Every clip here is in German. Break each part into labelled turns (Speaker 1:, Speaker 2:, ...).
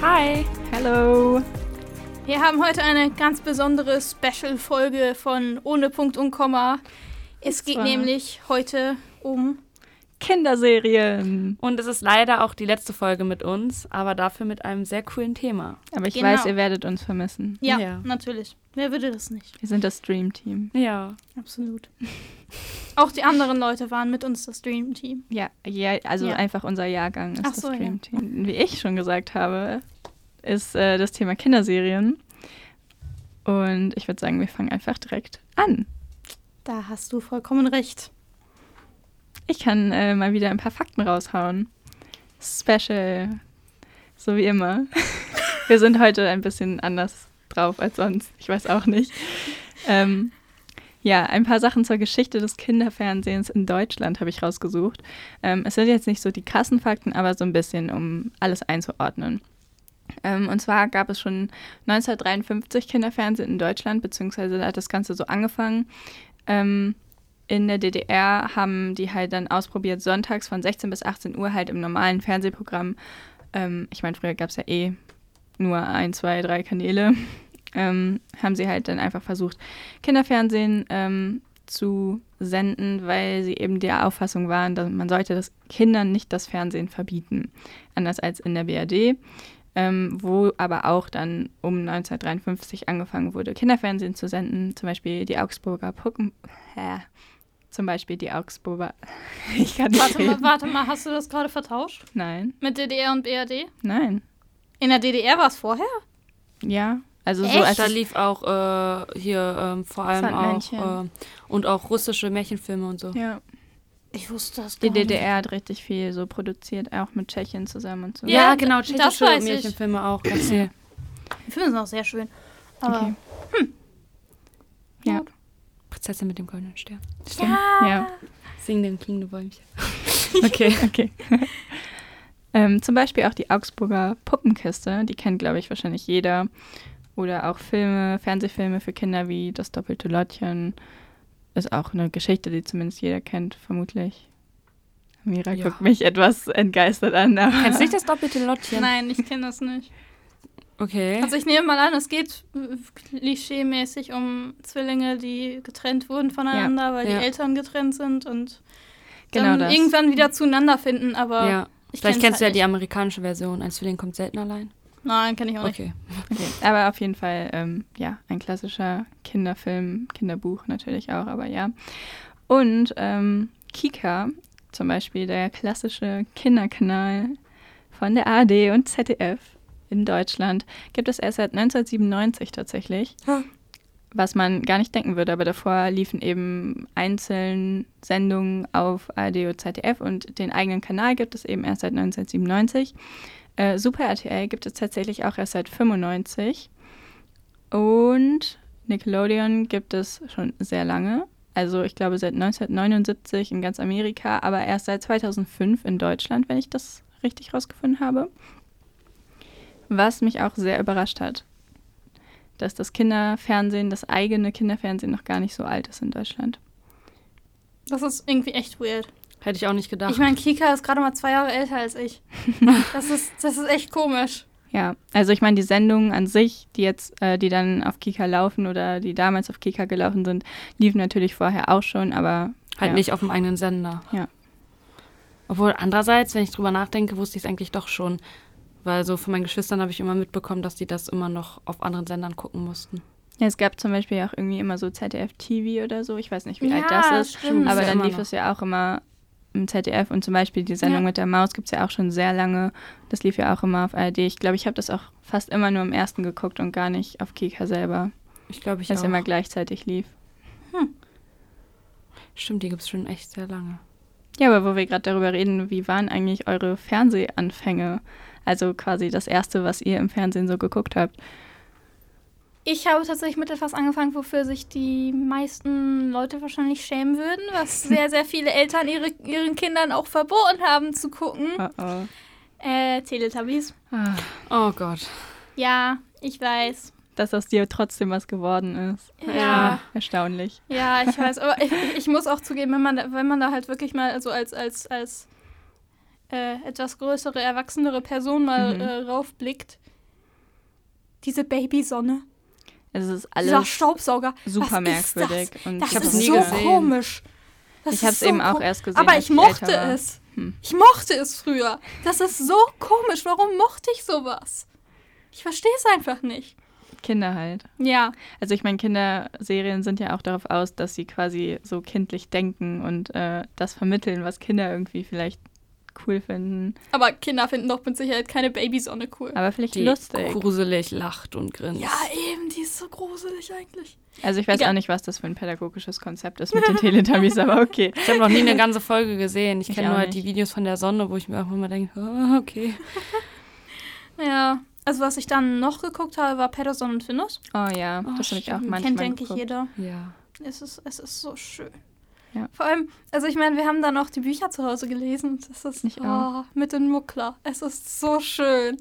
Speaker 1: Hi!
Speaker 2: Hallo!
Speaker 1: Wir haben heute eine ganz besondere Special-Folge von Ohne Punkt und Komma. Es
Speaker 2: Und
Speaker 1: geht
Speaker 2: zwar-
Speaker 1: nämlich heute um.
Speaker 2: Kinderserien!
Speaker 3: Und es ist leider auch die letzte Folge mit uns, aber dafür mit einem sehr coolen Thema.
Speaker 2: Aber ich
Speaker 1: Genau.
Speaker 2: weiß, ihr werdet uns vermissen.
Speaker 1: Ja,
Speaker 3: Ja.
Speaker 1: natürlich. Wer würde das nicht?
Speaker 2: Wir sind das Stream-Team.
Speaker 3: Ja.
Speaker 1: Absolut. Auch die anderen Leute waren mit uns das Stream-Team.
Speaker 2: Ja, ja also
Speaker 1: Ja.
Speaker 2: einfach unser Jahrgang ist
Speaker 1: Ach
Speaker 2: das
Speaker 1: so, ja.
Speaker 2: Stream-Team. Wie ich schon gesagt habe, ist äh, das Thema Kinderserien. Und ich würde sagen, wir fangen einfach direkt an.
Speaker 1: Da hast du vollkommen recht.
Speaker 2: Ich kann äh, mal wieder ein paar Fakten raushauen. Special. So wie immer. Wir sind heute ein bisschen anders drauf als sonst. Ich weiß auch nicht. Ähm, ja, ein paar Sachen zur Geschichte des Kinderfernsehens in Deutschland habe ich rausgesucht. Ähm, es sind jetzt nicht so die krassen Fakten, aber so ein bisschen, um alles einzuordnen. Ähm, und zwar gab es schon 1953 Kinderfernsehen in Deutschland, beziehungsweise da hat das Ganze so angefangen. Ähm, in der DDR haben die halt dann ausprobiert, sonntags von 16 bis 18 Uhr halt im normalen Fernsehprogramm. Ähm, ich meine, früher gab es ja eh nur ein, zwei, drei Kanäle. Ähm, haben sie halt dann einfach versucht, Kinderfernsehen ähm, zu senden, weil sie eben der Auffassung waren, dass man sollte das Kindern nicht das Fernsehen verbieten. Anders als in der BRD, ähm, wo aber auch dann um 1953 angefangen wurde, Kinderfernsehen zu senden. Zum Beispiel die Augsburger Puppen... Hä? Zum Beispiel die Augsburger. Ich kann nicht
Speaker 1: Warte mal,
Speaker 2: reden.
Speaker 1: warte mal, hast du das gerade vertauscht?
Speaker 2: Nein,
Speaker 1: Mit DDR und BRD?
Speaker 2: nein.
Speaker 1: In der DDR war es vorher?
Speaker 2: Ja, also so
Speaker 1: Echt?
Speaker 2: als
Speaker 3: da lief auch äh, hier ähm, vor allem auch äh,
Speaker 2: Sandmännchen.
Speaker 3: und auch russische Märchenfilme und so.
Speaker 2: ja.
Speaker 1: Ich wusste das
Speaker 2: die DDR hat richtig viel so produziert, auch mit Tschechien zusammen und so.
Speaker 1: Ja,
Speaker 3: genau,
Speaker 1: das weiß ich.
Speaker 3: Märchenfilme auch ganz viel.
Speaker 1: Ich finde es auch sehr schön. Aber
Speaker 2: Okay. Hm. Ja.
Speaker 3: Prinzessin mit dem goldenen Stern.
Speaker 1: Ja.
Speaker 2: Ja.
Speaker 3: Sing dem klingende Bäumchen. Okay.
Speaker 2: Okay. ähm, zum Beispiel auch die Augsburger Puppenkiste, die kennt, glaube ich, wahrscheinlich jeder. Oder auch Filme, Fernsehfilme für Kinder wie Das doppelte Lottchen. Ist auch eine Geschichte, die zumindest jeder kennt, vermutlich. Mira
Speaker 3: Ja.
Speaker 2: guckt mich etwas entgeistert an. Aber
Speaker 3: Kennst du nicht das doppelte Lottchen?
Speaker 1: Nein, ich kenne das nicht.
Speaker 3: Okay.
Speaker 1: Also ich nehme mal an, es geht äh, klischeemäßig um Zwillinge, die getrennt wurden voneinander, weil
Speaker 3: Ja.
Speaker 1: die Eltern getrennt sind und
Speaker 2: Genau
Speaker 1: dann
Speaker 2: das.
Speaker 1: irgendwann wieder zueinander finden, aber
Speaker 3: ja.
Speaker 1: ich
Speaker 3: Vielleicht
Speaker 1: kenn's
Speaker 3: kennst du ja
Speaker 1: halt
Speaker 3: die amerikanische Version. Ein Zwilling kommt selten allein.
Speaker 1: nicht. Nein, kenne ich auch nicht.
Speaker 3: Okay.
Speaker 2: Okay, aber auf jeden Fall, ähm, ja, ein klassischer Kinderfilm, Kinderbuch natürlich auch, aber ja. Und ähm, Kika, zum Beispiel der klassische Kinderkanal von der AD und ZDF in Deutschland, gibt es erst seit 1997 tatsächlich.
Speaker 3: Huh.
Speaker 2: Was man gar nicht denken würde, aber davor liefen eben einzeln Sendungen auf ARD und ZDF und den eigenen Kanal gibt es eben erst seit 1997. Äh, Super RTL gibt es tatsächlich auch erst seit 95. Und Nickelodeon gibt es schon sehr lange. Also ich glaube seit 1979 in ganz Amerika, aber erst seit 2005 in Deutschland, wenn ich das richtig rausgefunden habe. Was mich auch sehr überrascht hat, dass das Kinderfernsehen, das eigene Kinderfernsehen noch gar nicht so alt ist in Deutschland.
Speaker 1: Das ist irgendwie echt weird.
Speaker 3: Hätte ich auch nicht gedacht.
Speaker 1: Ich meine, Kika ist gerade mal zwei Jahre älter als ich. das, ist, das ist echt komisch.
Speaker 2: Ja, also ich meine, die Sendungen an sich, die jetzt, äh, die dann auf Kika laufen oder die damals auf Kika gelaufen sind, liefen natürlich vorher auch schon, aber
Speaker 3: Halt
Speaker 2: Ja.
Speaker 3: nicht auf dem eigenen Sender.
Speaker 2: Ja.
Speaker 3: Obwohl, andererseits, wenn ich drüber nachdenke, wusste ich es eigentlich doch schon. Weil so von meinen Geschwistern habe ich immer mitbekommen, dass die das immer noch auf anderen Sendern gucken mussten.
Speaker 2: ja, es gab zum Beispiel auch irgendwie immer so ZDF-TV oder so, ich weiß nicht, wie
Speaker 1: ja,
Speaker 2: alt das ist,
Speaker 1: stimmt.
Speaker 2: aber
Speaker 3: ja
Speaker 2: dann
Speaker 3: immer
Speaker 2: lief
Speaker 3: noch.
Speaker 2: es ja auch immer im ZDF und zum Beispiel die Sendung
Speaker 1: Ja.
Speaker 2: mit der Maus gibt es ja auch schon sehr lange, das lief ja auch immer auf ARD. Ich glaube, ich habe das auch fast immer nur im ersten geguckt und gar nicht auf Kika selber,
Speaker 3: Ich glaube, ich
Speaker 2: das
Speaker 3: auch.
Speaker 2: immer gleichzeitig lief.
Speaker 3: Stimmt, die gibt es schon echt sehr lange.
Speaker 2: Ja, aber wo wir gerade darüber reden, wie waren eigentlich eure Fernsehanfänge? Also quasi das erste, was ihr im Fernsehen so geguckt habt.
Speaker 1: Ich habe tatsächlich mit etwas angefangen, wofür sich die meisten Leute wahrscheinlich schämen würden, was sehr, sehr viele Eltern ihre, ihren Kindern auch verboten haben zu gucken.
Speaker 2: Oh oh.
Speaker 1: Äh, Teletubbies.
Speaker 2: Ah,
Speaker 3: Oh Gott.
Speaker 1: Ja, ich weiß.
Speaker 2: Dass aus dir trotzdem was geworden ist. Ah,
Speaker 1: Ja.
Speaker 2: Erstaunlich.
Speaker 1: Ja, ich weiß. Aber ich, ich muss auch zugeben, wenn man, da- wenn man da halt wirklich mal so als, als, als äh, etwas größere, erwachsenere Person mal
Speaker 2: Mhm.
Speaker 1: äh, raufblickt, Diese Babysonne.
Speaker 2: Es ist
Speaker 1: Dieser
Speaker 2: alles
Speaker 1: Staubsauger.
Speaker 2: super
Speaker 1: Was
Speaker 2: merkwürdig.
Speaker 1: Ist
Speaker 2: Und
Speaker 1: das
Speaker 2: ich
Speaker 1: das
Speaker 2: habe
Speaker 1: ist
Speaker 2: es nie
Speaker 1: so
Speaker 2: gesehen.
Speaker 1: komisch. Das
Speaker 2: Ich
Speaker 1: ist
Speaker 2: habe es
Speaker 1: so
Speaker 2: eben auch
Speaker 1: kom-
Speaker 2: erst gesehen.
Speaker 1: Aber
Speaker 2: als
Speaker 1: ich
Speaker 2: älter
Speaker 1: mochte
Speaker 2: war.
Speaker 1: es.
Speaker 2: Hm.
Speaker 1: Ich mochte es früher. Das ist so komisch. Warum mochte ich sowas? Ich verstehe es einfach nicht.
Speaker 2: Kinder halt.
Speaker 1: Ja,
Speaker 2: Also ich meine, Kinderserien sind ja auch darauf aus, dass sie quasi so kindlich denken und äh, das vermitteln, was Kinder irgendwie vielleicht cool finden,
Speaker 1: aber Kinder finden doch mit Sicherheit keine Babysonne cool.
Speaker 2: aber vielleicht
Speaker 3: Die
Speaker 2: lustig.
Speaker 3: gruselig lacht und grinst.
Speaker 1: Ja, eben, die ist so gruselig eigentlich.
Speaker 2: Also ich weiß
Speaker 1: Egal.
Speaker 2: auch nicht, was das für ein pädagogisches Konzept ist mit den Teletubbies, aber okay.
Speaker 3: Ich habe noch nie eine ganze Folge gesehen. Ich
Speaker 2: Ich
Speaker 3: kenne
Speaker 2: auch
Speaker 3: nur halt
Speaker 2: nicht.
Speaker 3: die Videos von der Sonne, wo ich mir auch immer denke, ah, okay.
Speaker 1: Ja, also was ich dann noch geguckt habe, war Patterson und Finus.
Speaker 2: Oh ja,
Speaker 3: Oh,
Speaker 2: das habe ich auch
Speaker 3: stimmt.
Speaker 2: manchmal
Speaker 1: Kennt, denke ich,
Speaker 2: geguckt.
Speaker 1: jeder.
Speaker 3: Ja.
Speaker 1: Es ist, es ist so schön.
Speaker 2: Ja.
Speaker 1: Vor allem, also ich meine, wir haben dann auch die Bücher zu Hause gelesen. Das ist
Speaker 2: Ich
Speaker 1: oh,
Speaker 2: auch.
Speaker 1: mit den Muckler. Es ist so schön.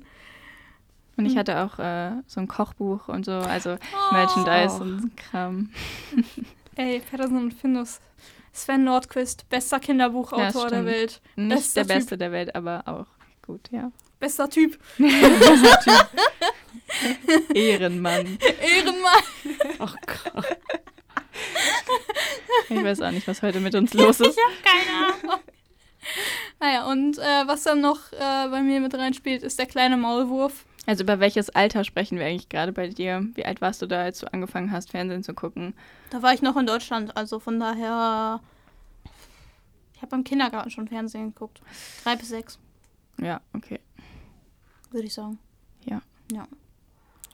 Speaker 2: Und ich hatte auch äh, so ein Kochbuch und so, also
Speaker 1: Oh.
Speaker 2: Merchandise
Speaker 3: Auch.
Speaker 2: und Kram.
Speaker 1: Ey, Patterson und Findus. Sven Nordquist, bester
Speaker 2: Ja,
Speaker 1: Kinderbuchautor
Speaker 2: stimmt.
Speaker 1: der Welt.
Speaker 2: Nicht
Speaker 1: Bester
Speaker 2: der
Speaker 1: Typ.
Speaker 2: Beste der Welt, aber auch gut, ja.
Speaker 1: Bester Typ.
Speaker 2: Ehrenmann.
Speaker 1: Ehrenmann.
Speaker 3: Ach Gott.
Speaker 2: Ich weiß auch nicht, was heute mit uns los ist.
Speaker 1: Keine Ahnung. Naja, und äh, was dann noch äh, bei mir mit reinspielt, ist der kleine Maulwurf.
Speaker 2: Also über welches Alter sprechen wir eigentlich gerade bei dir? Wie alt warst du da, als du angefangen hast, Fernsehen zu gucken?
Speaker 1: Da war ich noch in Deutschland, also von daher. Ich habe im Kindergarten schon Fernsehen geguckt. Drei bis sechs,
Speaker 2: Ja, okay.
Speaker 1: würde ich sagen.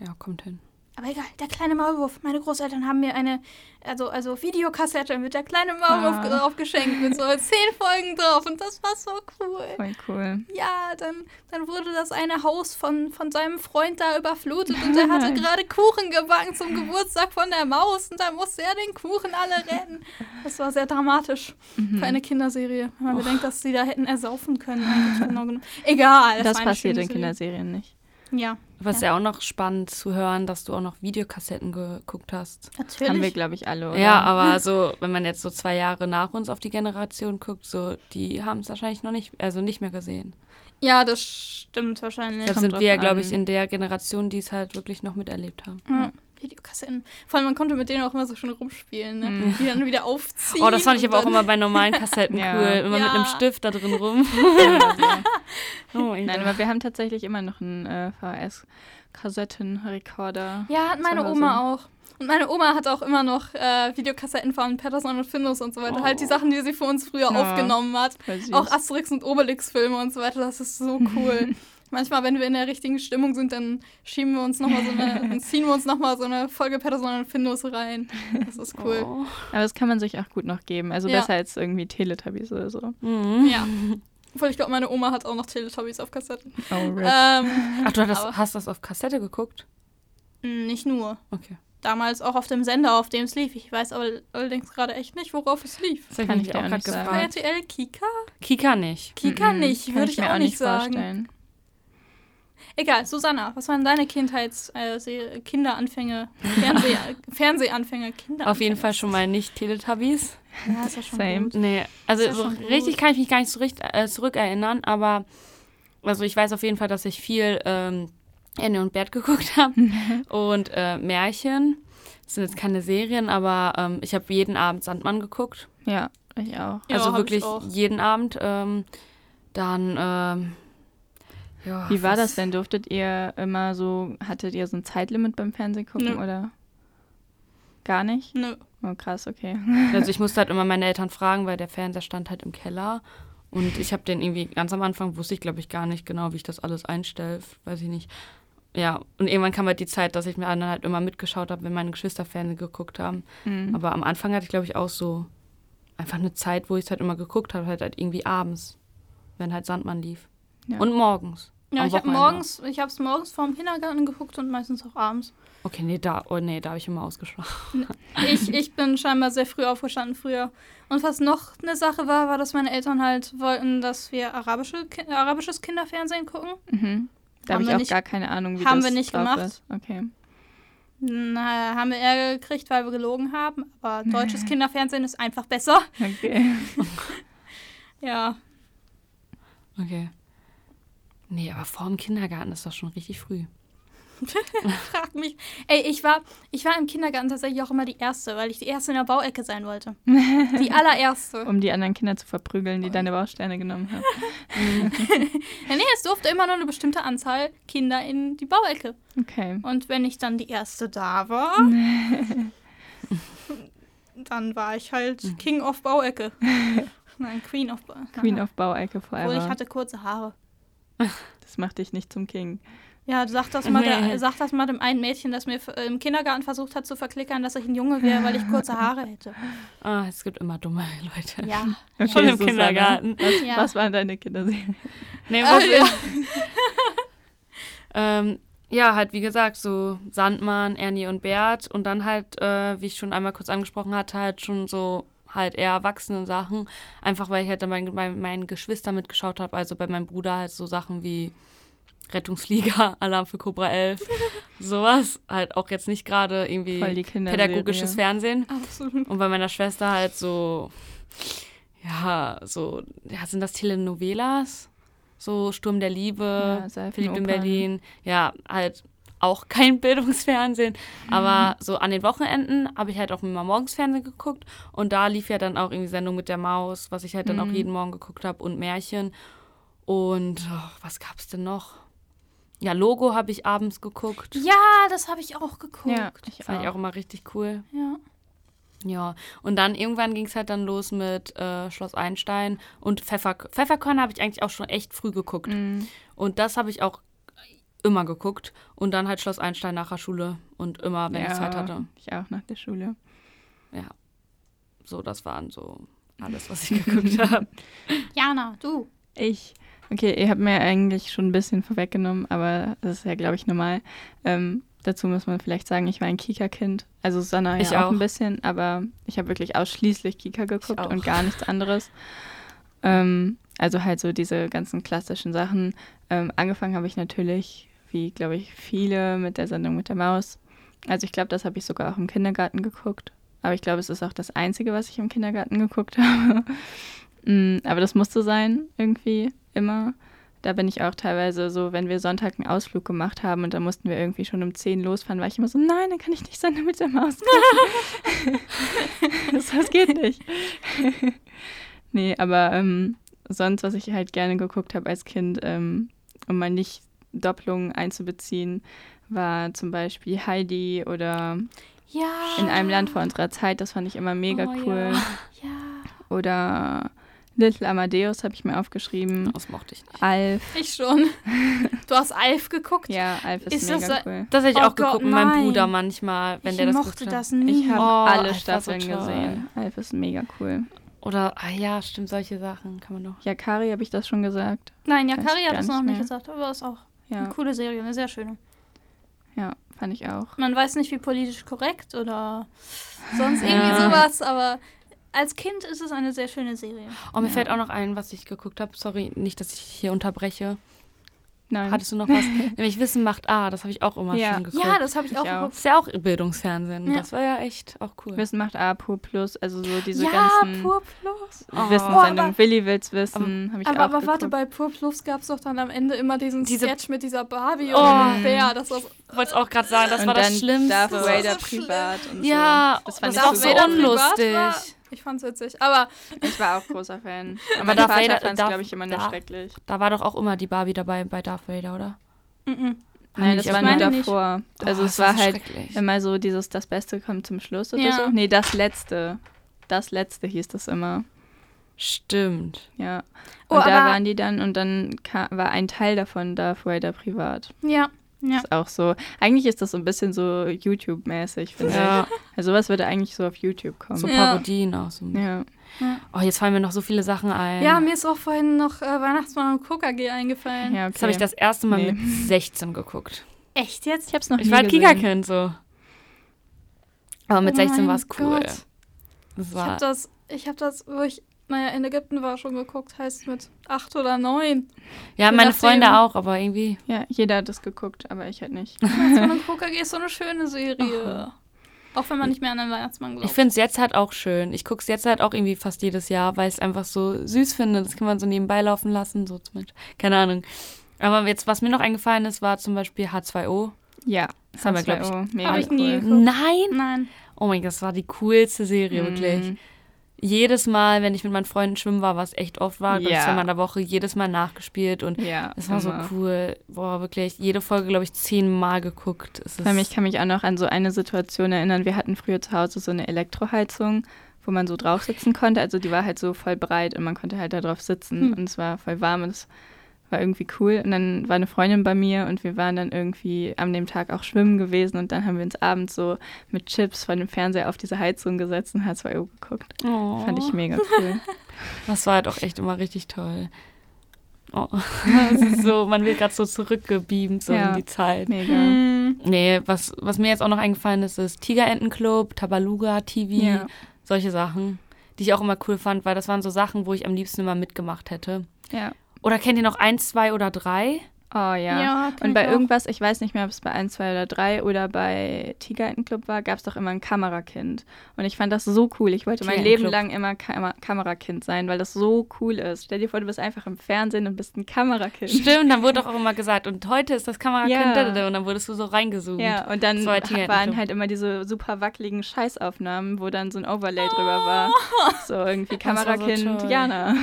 Speaker 3: Ja, kommt hin.
Speaker 1: Aber egal, der kleine Maulwurf. Meine Großeltern haben mir eine, also, also Videokassette mit der kleine Maulwurf
Speaker 2: Ah.
Speaker 1: drauf geschenkt, mit so zehn Folgen drauf. Und das war so cool.
Speaker 2: Voll cool.
Speaker 1: Ja, dann, dann wurde das eine Haus von, von seinem Freund da überflutet und er hatte gerade Kuchen gebacken zum Geburtstag von der Maus und da musste er den Kuchen alle retten. Das war sehr dramatisch
Speaker 3: Mhm.
Speaker 1: für eine Kinderserie. Wenn
Speaker 3: Oh.
Speaker 1: man bedenkt, dass sie da hätten ersaufen können. Eigentlich genau genommen. Egal.
Speaker 2: das
Speaker 1: war eine
Speaker 2: passiert
Speaker 1: schöne Serie.
Speaker 2: in Kinderserien nicht.
Speaker 1: Ja,
Speaker 3: Was ja. auch noch spannend zu hören, dass du auch noch Videokassetten geguckt hast.
Speaker 1: natürlich.
Speaker 2: Haben wir, glaube ich, alle, oder?
Speaker 3: Ja, aber so, wenn man jetzt so zwei Jahre nach uns auf die Generation guckt, so, die haben es wahrscheinlich noch nicht, also nicht mehr gesehen.
Speaker 1: ja, das stimmt wahrscheinlich.
Speaker 3: Deshalb
Speaker 2: kommt
Speaker 3: sind
Speaker 2: drauf
Speaker 3: wir ja, glaube
Speaker 2: an.
Speaker 3: ich, in der Generation, die es halt wirklich noch miterlebt haben.
Speaker 1: Ja. Videokassetten. Vor allem, man konnte mit denen auch immer so schön rumspielen, ne? die dann wieder aufziehen.
Speaker 3: Mhm. Oh, das fand ich
Speaker 1: und
Speaker 3: aber auch
Speaker 1: dann-
Speaker 3: immer bei normalen Kassetten
Speaker 2: Ja. genau.
Speaker 3: cool. Immer mit
Speaker 1: Ja.
Speaker 3: einem Stift da drin rum. oh,
Speaker 2: Nein,
Speaker 1: Genau.
Speaker 2: aber wir haben tatsächlich immer noch einen äh, VHS-Kassettenrekorder.
Speaker 1: Ja, hat meine
Speaker 2: Zu Hause.
Speaker 1: Oma auch. Und meine Oma hat auch immer noch äh, Videokassetten von Patterson und Findus und so weiter. Halt die Sachen, die sie für uns früher
Speaker 2: Oh. Ja.
Speaker 1: aufgenommen hat.
Speaker 2: Voll süß.
Speaker 1: Auch Asterix und Obelix-Filme und so weiter. Das ist so cool. Manchmal, wenn wir in der richtigen Stimmung sind, dann schieben wir uns noch mal so eine, dann ziehen wir uns nochmal so eine Folge Patterson und Findus rein. Das ist cool.
Speaker 3: Oh.
Speaker 2: Aber das kann man sich auch gut noch geben. Also
Speaker 1: Ja.
Speaker 2: besser als irgendwie Teletubbies oder so.
Speaker 3: Mhm.
Speaker 1: Ja. Obwohl ich glaube, meine Oma hat auch noch Teletubbies auf Kassetten.
Speaker 2: Oh, rip.
Speaker 1: Ähm,
Speaker 3: Ach, du
Speaker 1: Aber-
Speaker 3: hast, hast das auf Kassette geguckt?
Speaker 1: nicht nur.
Speaker 3: Okay.
Speaker 1: Damals auch auf dem Sender, auf dem es lief. Ich weiß aber allerdings gerade echt nicht, worauf es lief.
Speaker 3: Das hab
Speaker 2: Kann
Speaker 3: mich
Speaker 2: ich dir auch
Speaker 3: grad
Speaker 2: nicht sagen.
Speaker 3: gefragt.
Speaker 1: RTL Kika?
Speaker 3: Kika nicht.
Speaker 1: Kika
Speaker 2: Mhm.
Speaker 1: nicht,
Speaker 2: Kann
Speaker 1: würde
Speaker 2: ich
Speaker 1: ich,
Speaker 2: mir
Speaker 1: auch nicht sagen.
Speaker 2: vorstellen.
Speaker 1: Egal, Susanna, was waren deine Kindheits-, äh, Se- Kinderanfänge, Fernseh Fernsehanfänge, Kinderanfänge?
Speaker 3: Auf jeden Fall schon mal nicht Teletubbies.
Speaker 1: Ja, ist ja schon
Speaker 2: Same.
Speaker 1: gut.
Speaker 3: Nee, also
Speaker 1: Ist ja
Speaker 3: so
Speaker 1: schon gut.
Speaker 3: richtig kann ich mich gar nicht zurück, äh, zurückerinnern, aber also ich weiß auf jeden Fall, dass ich viel ähm, Anne und Bert geguckt habe und äh, Märchen. Das sind jetzt keine Serien, aber ähm, ich habe jeden Abend Sandmann geguckt.
Speaker 2: Ja, ich auch.
Speaker 1: Ja,
Speaker 3: also
Speaker 1: hab
Speaker 3: wirklich
Speaker 1: ich auch.
Speaker 3: jeden Abend. Ähm, dann, ähm, ja.
Speaker 2: Wie war
Speaker 3: was-
Speaker 2: das denn? Durftet ihr immer so, hattet ihr so ein Zeitlimit beim Fernsehen gucken
Speaker 1: Nö.
Speaker 2: oder? Gar nicht?
Speaker 1: Nö.
Speaker 2: Oh, krass, okay.
Speaker 3: Also ich musste halt immer meine Eltern fragen, weil der Fernseher stand halt im Keller. Und ich habe den irgendwie, ganz am Anfang wusste ich, glaube ich, gar nicht genau, wie ich das alles einstelle. Weiß ich nicht. Ja, und irgendwann kam halt die Zeit, dass ich mir dann halt immer mitgeschaut habe, wenn meine Geschwister Fernsehen geguckt haben.
Speaker 2: Mhm.
Speaker 3: Aber am Anfang hatte ich, glaube ich, auch so einfach eine Zeit, wo ich es halt immer geguckt habe, halt, halt irgendwie abends, wenn halt Sandmann lief.
Speaker 2: Ja.
Speaker 3: Und morgens.
Speaker 1: Ja,
Speaker 3: am
Speaker 1: ich habe
Speaker 3: Wochenende.
Speaker 1: morgens, ich habe es morgens vorm Kindergarten geguckt und meistens auch abends.
Speaker 3: Okay, nee, da, oh nee, da habe ich immer ausgeschlafen.
Speaker 1: Ich, ich bin scheinbar sehr früh aufgestanden früher. Und was noch eine Sache war, war, dass meine Eltern halt wollten, dass wir arabische, Ki- arabisches Kinderfernsehen gucken.
Speaker 2: Mhm. Da habe
Speaker 1: Haben
Speaker 2: ich
Speaker 1: wir
Speaker 2: auch
Speaker 1: nicht-
Speaker 2: gar keine Ahnung, wie
Speaker 1: haben
Speaker 2: das
Speaker 1: wir nicht
Speaker 2: drauf
Speaker 1: gemacht.
Speaker 2: ist. Okay.
Speaker 1: Na, haben wir eher gekriegt, weil wir gelogen haben. Aber deutsches Kinderfernsehen ist einfach besser.
Speaker 2: okay.
Speaker 1: Ja.
Speaker 3: Okay. Nee, aber vor dem Kindergarten ist das schon richtig früh.
Speaker 1: Frag mich. Ey, ich war, ich war im Kindergarten tatsächlich auch immer die Erste, weil ich die Erste in der Bauecke sein wollte. Die allererste.
Speaker 2: um die anderen Kinder zu verprügeln, die deine Bausteine genommen haben.
Speaker 1: Ja, nee, es durfte immer nur eine bestimmte Anzahl Kinder in die Bauecke.
Speaker 2: Okay.
Speaker 1: Und wenn ich dann die Erste da war, dann war ich
Speaker 2: Mhm.
Speaker 1: halt King of Bauecke. Nein, Queen of Bauecke.
Speaker 2: Queen of Bauecke
Speaker 1: Obwohl, ich
Speaker 2: forever.
Speaker 1: hatte kurze Haare.
Speaker 2: Das macht dich nicht zum King.
Speaker 1: Ja, sag das, mal
Speaker 3: Nee.
Speaker 1: der, sag das mal dem einen Mädchen, das mir äh, im Kindergarten versucht hat zu verklickern, dass ich ein Junge wäre, weil ich kurze Haare hätte.
Speaker 3: Ah, es gibt immer dumme Leute.
Speaker 1: Ja.
Speaker 2: Okay,
Speaker 3: Schon im
Speaker 2: Susanne,
Speaker 3: Kindergarten.
Speaker 1: ja.
Speaker 2: Was waren deine Kinderserien?
Speaker 3: Nee,
Speaker 1: Ah,
Speaker 3: was
Speaker 1: ja.
Speaker 3: ist? ähm, ja, halt wie gesagt, so Sandmann, Ernie und Bert und dann halt, äh, wie ich schon einmal kurz angesprochen hatte, halt schon so halt eher erwachsene Sachen. Einfach weil ich halt dann bei mein, mein, meinen Geschwistern mitgeschaut habe, also bei meinem Bruder halt so Sachen wie Rettungsliga, Alarm für Cobra 11, sowas. Halt auch jetzt nicht gerade irgendwie
Speaker 2: Voll die Kinderserie.
Speaker 3: pädagogisches Fernsehen.
Speaker 1: Absolut.
Speaker 3: Und bei meiner Schwester halt so, ja, so, ja, sind das Telenovelas? So Sturm der Liebe,
Speaker 2: Ja, Seifenopern.
Speaker 3: Philipp in Berlin. Ja, halt auch kein Bildungsfernsehen. Aber
Speaker 2: Mhm.
Speaker 3: so an den Wochenenden habe ich halt auch immer morgens Fernsehen geguckt. Und da lief ja dann auch irgendwie Sendung mit der Maus, was ich halt dann auch
Speaker 2: Mhm.
Speaker 3: jeden Morgen geguckt habe und Märchen. Und oh, was gab's denn noch? Ja, Logo habe ich abends geguckt.
Speaker 1: Ja, das habe ich auch geguckt.
Speaker 2: Ja, ich
Speaker 3: Fand ich
Speaker 2: auch.
Speaker 3: auch immer richtig cool.
Speaker 1: Ja.
Speaker 3: Ja, und dann irgendwann ging es halt dann los mit äh, Schloss Einstein und Pfeffer Pfefferkörner habe ich eigentlich auch schon echt früh geguckt.
Speaker 1: Mhm.
Speaker 2: Mhm.
Speaker 3: Und das habe ich auch immer geguckt. Und dann halt Schloss Einstein nach der Schule und immer, wenn ich Zeit hatte.
Speaker 2: Ich auch nach der Schule.
Speaker 3: Ja. So, das waren so alles, was ich geguckt habe.
Speaker 1: Jana, du.
Speaker 2: Ich. Okay, ihr habt mir eigentlich schon ein bisschen vorweggenommen, aber das ist ja, glaube ich, normal. Ähm, dazu muss man vielleicht sagen, ich war ein Kika-Kind. Also Sanna ja
Speaker 3: Ich
Speaker 2: auch.
Speaker 3: auch.
Speaker 2: ein bisschen, aber ich habe wirklich ausschließlich Kika geguckt
Speaker 3: auch.
Speaker 2: und gar nichts anderes. Ähm, also halt so diese ganzen klassischen Sachen. Ähm, angefangen habe ich natürlich, wie glaube ich viele, mit der Sendung mit der Maus. Also ich glaube, das habe ich sogar auch im Kindergarten geguckt. Aber ich glaube, es ist auch das Einzige, was ich im Kindergarten geguckt habe. Mm, Aber das musste sein, irgendwie, immer. Da bin ich auch teilweise so, wenn wir Sonntag einen Ausflug gemacht haben und dann mussten wir irgendwie schon um 10 losfahren, war ich immer so, nein, dann kann ich nicht Sonne mit der Maus gucken. das, das geht nicht. nee, aber ähm, sonst, was ich halt gerne geguckt habe als Kind, ähm, um mal nicht Doppelungen einzubeziehen, war zum Beispiel Heidi oder
Speaker 1: Ja.
Speaker 2: In einem Land vor unserer Zeit, das fand ich immer mega
Speaker 3: Oh,
Speaker 2: cool.
Speaker 1: Ja.
Speaker 2: Oder Little Amadeus habe ich mir aufgeschrieben.
Speaker 3: Das mochte ich nicht.
Speaker 2: Alf.
Speaker 1: Ich schon. Du hast Alf geguckt?
Speaker 2: Ja, Alf ist,
Speaker 1: Ist das
Speaker 2: mega
Speaker 1: so-
Speaker 2: cool.
Speaker 3: Das hätte ich
Speaker 1: Oh
Speaker 3: auch geguckt
Speaker 1: Gott,
Speaker 3: mit meinem
Speaker 1: nein.
Speaker 3: Bruder manchmal, wenn
Speaker 1: ich
Speaker 3: der das
Speaker 1: mochte
Speaker 3: geguckt hat.
Speaker 1: das nie.
Speaker 2: Ich habe
Speaker 3: Oh, Alf
Speaker 2: alle
Speaker 3: war so
Speaker 2: Staffeln
Speaker 3: toll.
Speaker 2: gesehen. Alf ist mega cool.
Speaker 3: Oder, ah ja, stimmt, solche Sachen kann man noch.
Speaker 2: Yakari habe ich das schon gesagt.
Speaker 1: Nein, ja,
Speaker 2: Weiß
Speaker 1: Kari
Speaker 2: ich
Speaker 1: hat
Speaker 2: gar
Speaker 1: das
Speaker 2: nicht
Speaker 1: noch nicht
Speaker 2: mehr.
Speaker 1: gesagt, aber ist auch eine
Speaker 2: Ja,
Speaker 1: coole Serie, eine sehr schöne.
Speaker 2: ja, fand ich auch.
Speaker 1: Man weiß nicht, wie politisch korrekt oder sonst irgendwie
Speaker 3: Ja.
Speaker 1: sowas, aber als Kind ist es eine sehr schöne Serie.
Speaker 3: Oh, mir
Speaker 2: Ja.
Speaker 3: fällt auch noch ein, was ich geguckt habe. Sorry, nicht, dass ich hier unterbreche.
Speaker 2: Nein.
Speaker 3: Hattest du noch was? Nämlich Wissen macht A, das habe ich auch immer
Speaker 2: Ja.
Speaker 3: schon geguckt.
Speaker 1: Ja, das habe ich,
Speaker 2: Ich
Speaker 1: auch
Speaker 2: auch.
Speaker 1: geguckt.
Speaker 3: ist ja auch Bildungsfernsehen.
Speaker 1: Ja.
Speaker 3: Das war ja echt auch cool.
Speaker 2: Wissen macht A, Pur Plus, also so diese
Speaker 1: ja,
Speaker 2: ganzen
Speaker 1: Pur Plus.
Speaker 3: Oh.
Speaker 1: Oh,
Speaker 2: Wissenssendungen.
Speaker 1: aber-
Speaker 2: Willi wills wissen, habe ich
Speaker 1: Aber,
Speaker 2: auch
Speaker 1: aber warte,
Speaker 2: geguckt.
Speaker 1: bei Pur Plus gab es doch dann am Ende immer diesen
Speaker 3: Diese-
Speaker 1: Sketch mit dieser Barbie
Speaker 3: Oh.
Speaker 1: und dem Bär. Das war so,
Speaker 3: Ich wollte es auch gerade sagen, das
Speaker 2: und
Speaker 3: war
Speaker 2: dann
Speaker 3: das Schlimmste.
Speaker 2: Darth
Speaker 1: Das war
Speaker 2: Vader
Speaker 1: so schlimm.
Speaker 2: privat und
Speaker 3: ja,
Speaker 2: so.
Speaker 3: das, das
Speaker 2: fand ich
Speaker 3: war auch
Speaker 1: Darth
Speaker 3: so
Speaker 1: super.
Speaker 2: cool.
Speaker 3: unlustig.
Speaker 1: privat war- ich fand es witzig. Aber
Speaker 2: Ich war auch großer Fan. Aber
Speaker 3: Aber
Speaker 2: mein
Speaker 3: Darth
Speaker 2: Vater
Speaker 3: Vader-
Speaker 2: fand es,
Speaker 3: Darth-
Speaker 2: glaube ich, immer nur
Speaker 3: Darth-
Speaker 2: schrecklich.
Speaker 3: Da war doch auch immer die Barbie dabei bei Darth Vader, oder?
Speaker 1: mhm.
Speaker 3: Haben die
Speaker 2: Nein,
Speaker 3: nicht
Speaker 2: das war
Speaker 3: auch
Speaker 2: nur
Speaker 1: meine
Speaker 3: gemacht?
Speaker 1: nicht.
Speaker 2: davor. also
Speaker 3: Oh,
Speaker 2: es
Speaker 3: das
Speaker 2: war
Speaker 3: so
Speaker 2: halt
Speaker 3: schrecklich.
Speaker 2: immer so dieses, das Beste kommt zum Schluss oder
Speaker 1: Ja.
Speaker 2: so. Nee, das Letzte. Das Letzte hieß das immer.
Speaker 3: Stimmt.
Speaker 2: Ja.
Speaker 1: Oh,
Speaker 2: Und da
Speaker 1: aber-
Speaker 2: waren die dann und dann ka- war ein Teil davon Darth Vader privat.
Speaker 1: ja, ja.
Speaker 2: Ist auch so. Eigentlich ist das so ein bisschen so YouTube-mäßig, finde
Speaker 3: Ja,
Speaker 2: ich. Also sowas würde eigentlich so auf YouTube
Speaker 3: so
Speaker 2: kommen.
Speaker 1: Ja.
Speaker 3: Parodien auch so.
Speaker 2: Ja.
Speaker 3: Oh, jetzt fallen mir noch so viele Sachen ein.
Speaker 1: Ja, mir ist auch vorhin noch äh, Weihnachtsmann und Coca-G eingefallen.
Speaker 2: ja okay.
Speaker 3: Das habe ich das erste Mal
Speaker 2: Nee.
Speaker 3: mit 16 geguckt.
Speaker 1: Echt jetzt?
Speaker 2: Ich halt hab's noch
Speaker 3: Ich
Speaker 2: nie
Speaker 3: war ein
Speaker 2: gesehen.
Speaker 3: Kika-Kind so. Aber mit
Speaker 1: Oh
Speaker 3: 16
Speaker 1: mein
Speaker 3: war es cool.
Speaker 1: Gott.
Speaker 3: Das
Speaker 1: Ich habe
Speaker 3: war.
Speaker 1: das, ich habe das, wo ich, naja, in Ägypten war schon geguckt, heißt mit acht oder neun.
Speaker 3: Ja,
Speaker 1: je
Speaker 3: meine
Speaker 1: nachdem.
Speaker 3: Freunde auch, aber irgendwie.
Speaker 2: Ja, jeder hat das geguckt, aber ich halt nicht.
Speaker 1: Weihnachtsmann und Coca-G ist so eine schöne Serie. Auch wenn man nicht mehr an den Weihnachtsmann
Speaker 3: Ich
Speaker 1: glaubt.
Speaker 3: finde es jetzt halt auch schön. Ich gucke es jetzt halt auch irgendwie fast jedes Jahr, weil ich es einfach so süß finde. Das kann man so nebenbei laufen lassen. So zum Beispiel. Keine Ahnung. Aber jetzt, was mir noch eingefallen ist, war zum Beispiel H2O.
Speaker 2: Ja.
Speaker 3: Das haben wir, glaub ich,
Speaker 2: H2O,
Speaker 1: hab
Speaker 2: mega
Speaker 1: ich nie
Speaker 2: cool.
Speaker 1: Cool.
Speaker 3: Nein!
Speaker 1: Nein.
Speaker 3: Oh mein Gott, das war die coolste Serie, wirklich.
Speaker 2: Mhm.
Speaker 3: Jedes Mal, wenn ich mit meinen Freunden schwimmen war, was echt oft war, ja.
Speaker 2: Ja.
Speaker 3: zweimal in der Woche, jedes Mal nachgespielt und
Speaker 2: Mhm. Ja,
Speaker 3: es war so
Speaker 2: immer.
Speaker 3: cool. Boah, wirklich. Jede Folge, glaube ich, zehnmal geguckt. Es ist
Speaker 2: Vor allem, ich kann mich auch noch an so eine Situation erinnern. Wir hatten früher zu Hause so eine Elektroheizung, wo man so drauf sitzen konnte. Also die war halt so voll breit und man konnte halt da drauf sitzen und es war voll warm und es war irgendwie cool. Und dann war eine Freundin bei mir und wir waren dann irgendwie am dem Tag auch schwimmen gewesen und dann haben wir uns abends so mit Chips vor dem Fernseher auf diese Heizung gesetzt und H2O geguckt.
Speaker 3: oh,
Speaker 2: Fand ich mega cool.
Speaker 3: Das war halt auch echt immer richtig toll. Oh. Es ist so, man wird gerade so zurückgebeamt so
Speaker 2: Ja.
Speaker 3: in die Zeit.
Speaker 1: Hm.
Speaker 2: Mega.
Speaker 3: Nee, was, was mir jetzt auch noch eingefallen ist, ist Tigerentenclub, Tabaluga TV,
Speaker 2: Ja.
Speaker 3: solche Sachen, die ich auch immer cool fand, weil das waren so Sachen, wo ich am liebsten immer mitgemacht hätte.
Speaker 2: Ja.
Speaker 3: Oder kennt ihr noch eins, zwei oder drei?
Speaker 2: Oh ja.
Speaker 1: Ja, kenn
Speaker 2: und bei
Speaker 1: ich auch.
Speaker 2: irgendwas, ich weiß nicht mehr, ob es bei 1, 2 oder 3 oder bei Tigerentenclub war, gab es doch immer ein Kamerakind. Und ich fand das so cool. Ich wollte mein Leben
Speaker 3: Tigerentenclub.
Speaker 2: lang immer Kam Kamerakind sein, weil das so cool ist. Stell dir vor, du bist einfach im Fernsehen und bist ein Kamerakind.
Speaker 3: Stimmt, dann wurde doch auch immer gesagt, und heute ist das Kamerakind
Speaker 2: Ja.
Speaker 3: da, und dann wurdest du so reingezoomt.
Speaker 2: Ja, und dann
Speaker 3: Das war Tigerentenclub.
Speaker 2: waren halt immer diese super wackeligen Scheißaufnahmen, wo dann so ein Overlay drüber war. So irgendwie
Speaker 3: Das war so
Speaker 2: Kamerakind
Speaker 3: toll.
Speaker 2: Jana.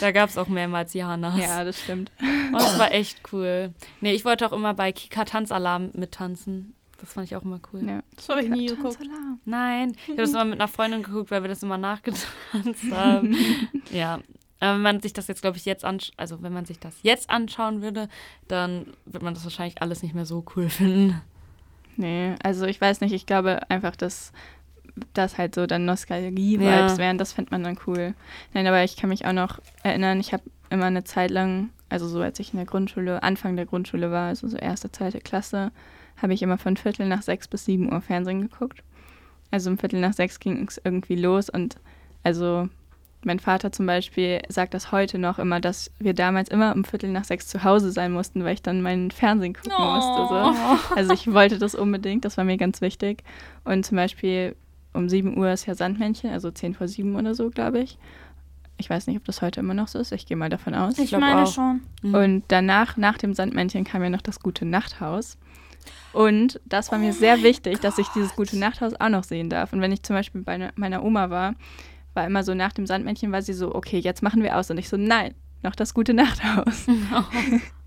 Speaker 3: Da gab es auch mehrmals Janas.
Speaker 2: Ja, das stimmt.
Speaker 3: Und Oh, das war echt cool. Nee, ich wollte auch immer bei Kika Tanzalarm mittanzen. Das fand ich auch immer cool.
Speaker 2: Ja.
Speaker 1: Das habe ich nie geguckt.
Speaker 2: Tanzalarm.
Speaker 3: Nein, ich habe das immer mit einer Freundin geguckt, weil wir das immer nachgetanzt haben. ja. Aber wenn man sich das jetzt, glaube ich, jetzt ansch also wenn man sich das jetzt anschauen würde, dann wird man das wahrscheinlich alles nicht mehr so cool finden.
Speaker 2: Nee, also ich weiß nicht, ich glaube einfach, dass das halt so dann Nostalgie-Vibes
Speaker 3: Ja.
Speaker 2: wären, das fände man dann cool. Nein, aber ich kann mich auch noch erinnern, ich habe immer eine Zeit lang, also so als ich in der Grundschule, Anfang der Grundschule war, also so erste, zweite Klasse, habe ich immer von Viertel nach sechs bis sieben Uhr Fernsehen geguckt. Also um Viertel nach sechs ging es irgendwie los und also mein Vater zum Beispiel sagt das heute noch immer, dass wir damals immer um Viertel nach sechs zu Hause sein mussten, weil ich dann meinen Fernsehen gucken
Speaker 1: Oh.
Speaker 2: musste. So. Also ich wollte das unbedingt, das war mir ganz wichtig. Und zum Beispiel um 7 Uhr ist ja Sandmännchen, also 10 vor 7 oder so, glaube ich. Ich weiß nicht, ob das heute immer noch so ist. Ich gehe mal davon aus.
Speaker 1: Ich
Speaker 3: glaub
Speaker 1: meine
Speaker 3: auch.
Speaker 1: schon.
Speaker 3: Mhm.
Speaker 2: Und danach, nach dem Sandmännchen, kam ja noch das Gute Nachthaus. Und das war mir sehr wichtig, dass ich dieses Gute Nachthaus auch noch sehen darf. Und wenn ich zum Beispiel bei ne- meiner Oma war, war immer so nach dem Sandmännchen, war sie so, okay, jetzt machen wir aus. Und ich so, nein, noch das Gute Nachthaus.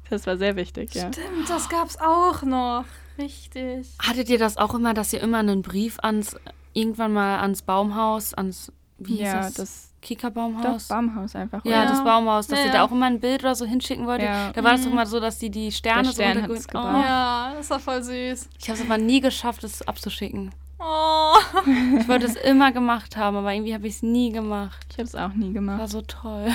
Speaker 2: Das war sehr wichtig, ja.
Speaker 1: Stimmt, das gab's auch noch. Richtig.
Speaker 3: Hattet ihr das auch immer, dass ihr immer einen Brief ans, irgendwann mal ans Baumhaus, ans, wie hieß
Speaker 2: ja,
Speaker 3: das?
Speaker 2: das doch
Speaker 3: Kika-Baumhaus?
Speaker 2: Baumhaus einfach.
Speaker 3: Ja,
Speaker 1: Ja.
Speaker 3: das Baumhaus, dass
Speaker 1: Ja,
Speaker 3: ihr
Speaker 1: ja.
Speaker 3: da auch immer ein Bild oder so hinschicken wolltet.
Speaker 2: Ja. Mhm.
Speaker 3: Da war das doch immer so, dass die die Sterne
Speaker 2: Der Stern
Speaker 3: so runterge-
Speaker 2: hat's gebracht.
Speaker 3: Oh.
Speaker 1: Ja, das war voll süß.
Speaker 3: Ich habe es aber nie geschafft, es abzuschicken.
Speaker 1: Oh.
Speaker 3: Ich wollte es immer gemacht haben, aber irgendwie habe ich es nie gemacht.
Speaker 2: Ich habe es auch nie
Speaker 3: War
Speaker 2: gemacht.
Speaker 3: so toll.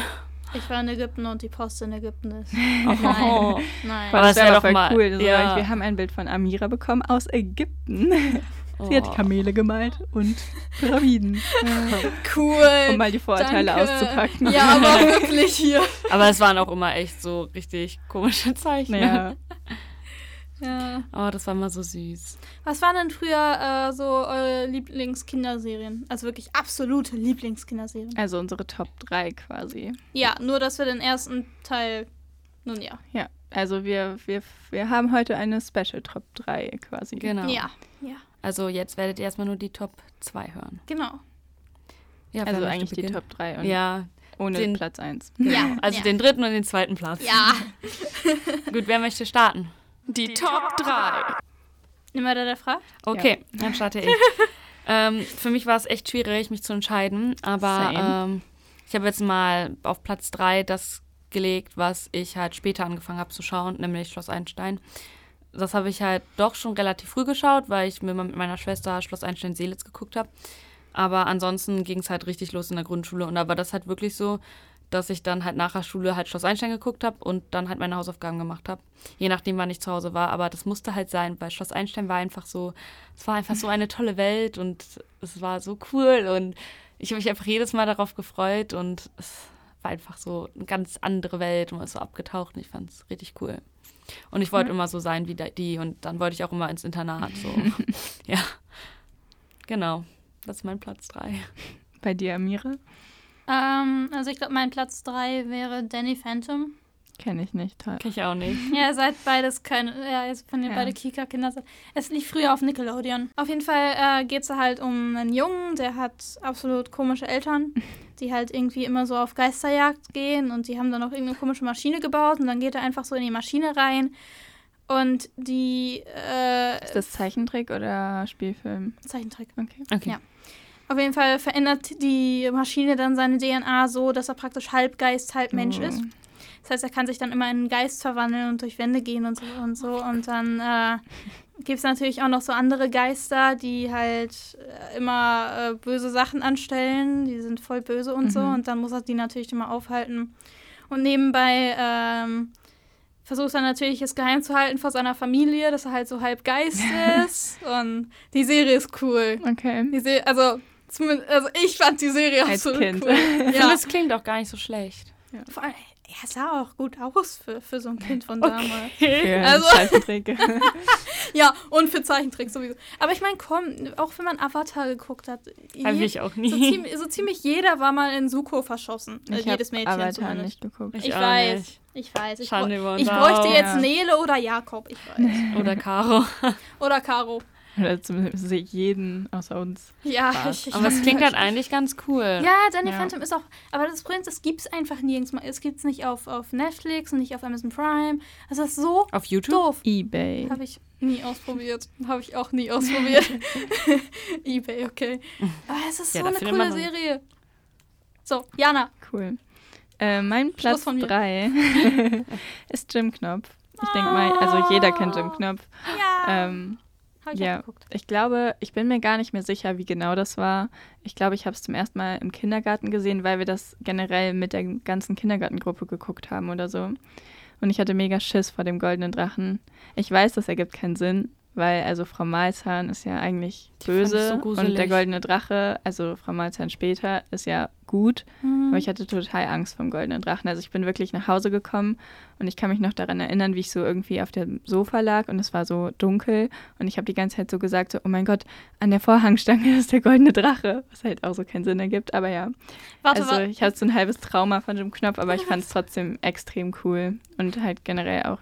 Speaker 1: Ich war in Ägypten und die Post in Ägypten ist.
Speaker 3: Oh.
Speaker 1: Nein.
Speaker 3: Aber das
Speaker 2: das
Speaker 3: wär
Speaker 2: wär
Speaker 3: doch
Speaker 2: voll
Speaker 3: mal-
Speaker 2: cool. So,
Speaker 3: ja.
Speaker 2: Wir haben ein Bild von Amira bekommen aus Ägypten.
Speaker 3: Oh.
Speaker 2: Sie hat Kamele gemalt und Pyramiden.
Speaker 1: Cool.
Speaker 2: um mal die Vorurteile
Speaker 1: Danke.
Speaker 2: auszupacken.
Speaker 1: Ja, aber wirklich hier.
Speaker 3: Aber es waren auch immer echt so richtig komische Zeichen.
Speaker 2: Naja,
Speaker 1: Ja.
Speaker 3: Oh, das war immer so süß.
Speaker 1: Was waren denn früher äh, so eure Lieblingskinderserien? Also wirklich absolute Lieblingskinderserien.
Speaker 2: also unsere Top 3 quasi.
Speaker 1: Ja, nur dass wir den ersten Teil. Nun ja.
Speaker 2: Ja, also wir, wir, wir haben heute eine Special Top 3 quasi.
Speaker 3: Genau.
Speaker 1: Ja. Ja.
Speaker 3: Also jetzt werdet ihr erstmal nur die Top 2 hören.
Speaker 1: Genau.
Speaker 3: Ja,
Speaker 2: Also
Speaker 3: wer möchte
Speaker 2: eigentlich die
Speaker 3: beginnen?
Speaker 2: Top 3 und
Speaker 3: Ja,
Speaker 2: ohne
Speaker 3: den-
Speaker 2: Platz 1.
Speaker 1: Ja.
Speaker 3: also
Speaker 1: ja.
Speaker 3: den dritten und den zweiten Platz.
Speaker 1: Ja.
Speaker 3: Gut, wer möchte starten? Die, Top 3.
Speaker 1: Immer der, der fragt.
Speaker 3: Okay, dann starte ich. ähm, für mich war es echt schwierig, mich zu entscheiden, aber
Speaker 2: Same.
Speaker 3: ähm, ich habe jetzt mal auf Platz 3 das gelegt, was ich halt später angefangen habe zu schauen, nämlich Schloss Einstein. Das habe ich halt doch schon relativ früh geschaut, weil ich mir mal mit meiner Schwester Schloss Einstein-Seelitz geguckt habe. Aber ansonsten ging es halt richtig los in der Grundschule und da war das halt wirklich so, dass ich dann halt nach der Schule halt Schloss Einstein geguckt habe und dann halt meine Hausaufgaben gemacht habe. Je nachdem, wann ich zu Hause war. Aber das musste halt sein, weil Schloss Einstein war einfach so, es war einfach so eine tolle Welt und es war so cool und ich habe mich einfach jedes Mal darauf gefreut und es war einfach so eine ganz andere Welt und man ist so abgetaucht und ich fand es richtig cool. Und ich
Speaker 1: Mhm.
Speaker 3: wollte immer so sein wie da- die und dann wollte ich auch immer ins Internat. So. ja, genau. Das ist mein Platz 3.
Speaker 2: Bei dir, Amira?
Speaker 1: Ähm, also ich glaube, mein Platz 3 wäre Danny Phantom.
Speaker 2: Kenne ich nicht. Toll.
Speaker 3: Kenn ich auch nicht.
Speaker 1: Ja, ihr seid beides keine, ja, ihr- wenn ihr
Speaker 2: Ja.
Speaker 1: beide Kika-Kinder seid. Es lief früher auf Nickelodeon. Auf jeden Fall äh, geht es halt um einen Jungen, der hat absolut komische Eltern, die halt irgendwie immer so auf Geisterjagd gehen und die haben dann auch irgendeine komische Maschine gebaut und dann geht er einfach so in die Maschine rein und die äh,
Speaker 2: Ist das Zeichentrick oder Spielfilm?
Speaker 1: Zeichentrick.
Speaker 2: Okay.
Speaker 3: Okay.
Speaker 1: Ja. Auf jeden Fall verändert die Maschine dann seine DNA so, dass er praktisch halb Geist, halb Mensch
Speaker 2: Oh.
Speaker 1: ist. Das heißt, er kann sich dann immer in einen Geist verwandeln und durch Wände gehen und so und so. Und dann äh, gibt es natürlich auch noch so andere Geister, die halt äh, immer äh, böse Sachen anstellen. Die sind voll böse und so.
Speaker 2: Mhm.
Speaker 1: Und dann muss er die natürlich immer aufhalten. Und nebenbei ähm, versucht er natürlich, es geheim zu halten vor seiner Familie, dass er halt so halb Geist ist. Und die Serie ist cool.
Speaker 2: Okay.
Speaker 1: Die Serie, also, zumindest, also ich fand die Serie
Speaker 2: Als
Speaker 1: absolut
Speaker 2: Kind.
Speaker 1: cool.
Speaker 3: Ja.
Speaker 1: Ja.
Speaker 3: Das klingt auch gar nicht so schlecht.
Speaker 1: Vor allem, er sah auch gut aus für, für so ein Kind von damals.
Speaker 2: Für
Speaker 1: Also-
Speaker 2: Zeichentrick.
Speaker 1: Ja, und für Zeichentrick sowieso. Aber ich meine, komm, auch wenn man Avatar geguckt hat,
Speaker 3: Hab
Speaker 1: je-
Speaker 3: ich auch nie.
Speaker 1: so, ziemlich, so ziemlich jeder war mal in Suko verschossen. Äh,
Speaker 2: Ich habe
Speaker 1: jedes Mädchen
Speaker 2: Avatar
Speaker 1: zumindest.
Speaker 2: nicht geguckt.
Speaker 1: Ich
Speaker 3: auch
Speaker 1: weiß.
Speaker 3: nicht.
Speaker 1: Ich weiß. Ich,
Speaker 3: Schande Genau. über
Speaker 1: bräu-
Speaker 3: uns
Speaker 1: ich bräuchte
Speaker 3: alle.
Speaker 1: jetzt
Speaker 2: Ja.
Speaker 1: Nele oder Jakob, ich weiß.
Speaker 3: Oder Caro.
Speaker 1: Oder Caro.
Speaker 2: Oder zumindest jeden außer uns.
Speaker 1: Ja, Ah, ich, ich
Speaker 3: Aber es klingt halt eigentlich ganz cool.
Speaker 1: Ja, Danny
Speaker 2: Ja.
Speaker 1: Phantom ist auch. Aber das Problem ist, es gibt es einfach nirgends. mal. Es gibt es nicht auf, auf Netflix und nicht auf Amazon Prime. Also Das ist so
Speaker 3: Auf YouTube?
Speaker 1: doof.
Speaker 2: Ebay.
Speaker 1: Habe ich nie ausprobiert. Habe ich auch nie ausprobiert. Ebay, okay. Aber Ah, es ist
Speaker 3: Ja,
Speaker 1: so
Speaker 3: da
Speaker 1: eine
Speaker 3: findet man
Speaker 1: coole
Speaker 3: noch-
Speaker 1: Serie. So, Jana.
Speaker 2: Cool. Äh, mein Platz
Speaker 1: von mir.
Speaker 2: 3 ist Jim Knopf. Ich denke mal, also jeder kennt Jim Knopf.
Speaker 1: Ja.
Speaker 2: Ähm,
Speaker 1: Ah, Hab ich
Speaker 2: ja.
Speaker 1: auch geguckt.
Speaker 2: ich glaube, ich bin mir gar nicht mehr sicher, wie genau das war. Ich glaube, ich habe es zum ersten Mal im Kindergarten gesehen, weil wir das generell mit der ganzen Kindergartengruppe geguckt haben oder so. Und ich hatte mega Schiss vor dem goldenen Drachen. Ich weiß, das ergibt keinen Sinn, weil also Frau Malzahn ist ja eigentlich
Speaker 3: Die fand ich
Speaker 2: böse
Speaker 3: so
Speaker 2: und der
Speaker 3: gruselig.
Speaker 2: goldene Drache, also Frau Malzahn später, ist ja gut.
Speaker 1: Mhm.
Speaker 2: Aber ich hatte total Angst vom Goldenen Drachen. Also ich bin wirklich nach Hause gekommen und ich kann mich noch daran erinnern, wie ich so irgendwie auf dem Sofa lag und es war so dunkel und ich habe die ganze Zeit so gesagt, so, oh mein Gott, an der Vorhangstange ist der Goldene Drache, was halt auch so keinen Sinn ergibt, aber ja.
Speaker 1: Warte,
Speaker 2: also
Speaker 1: warte.
Speaker 2: ich hatte so ein halbes Trauma von Jim Knopf, aber ich fand es trotzdem extrem cool und halt generell auch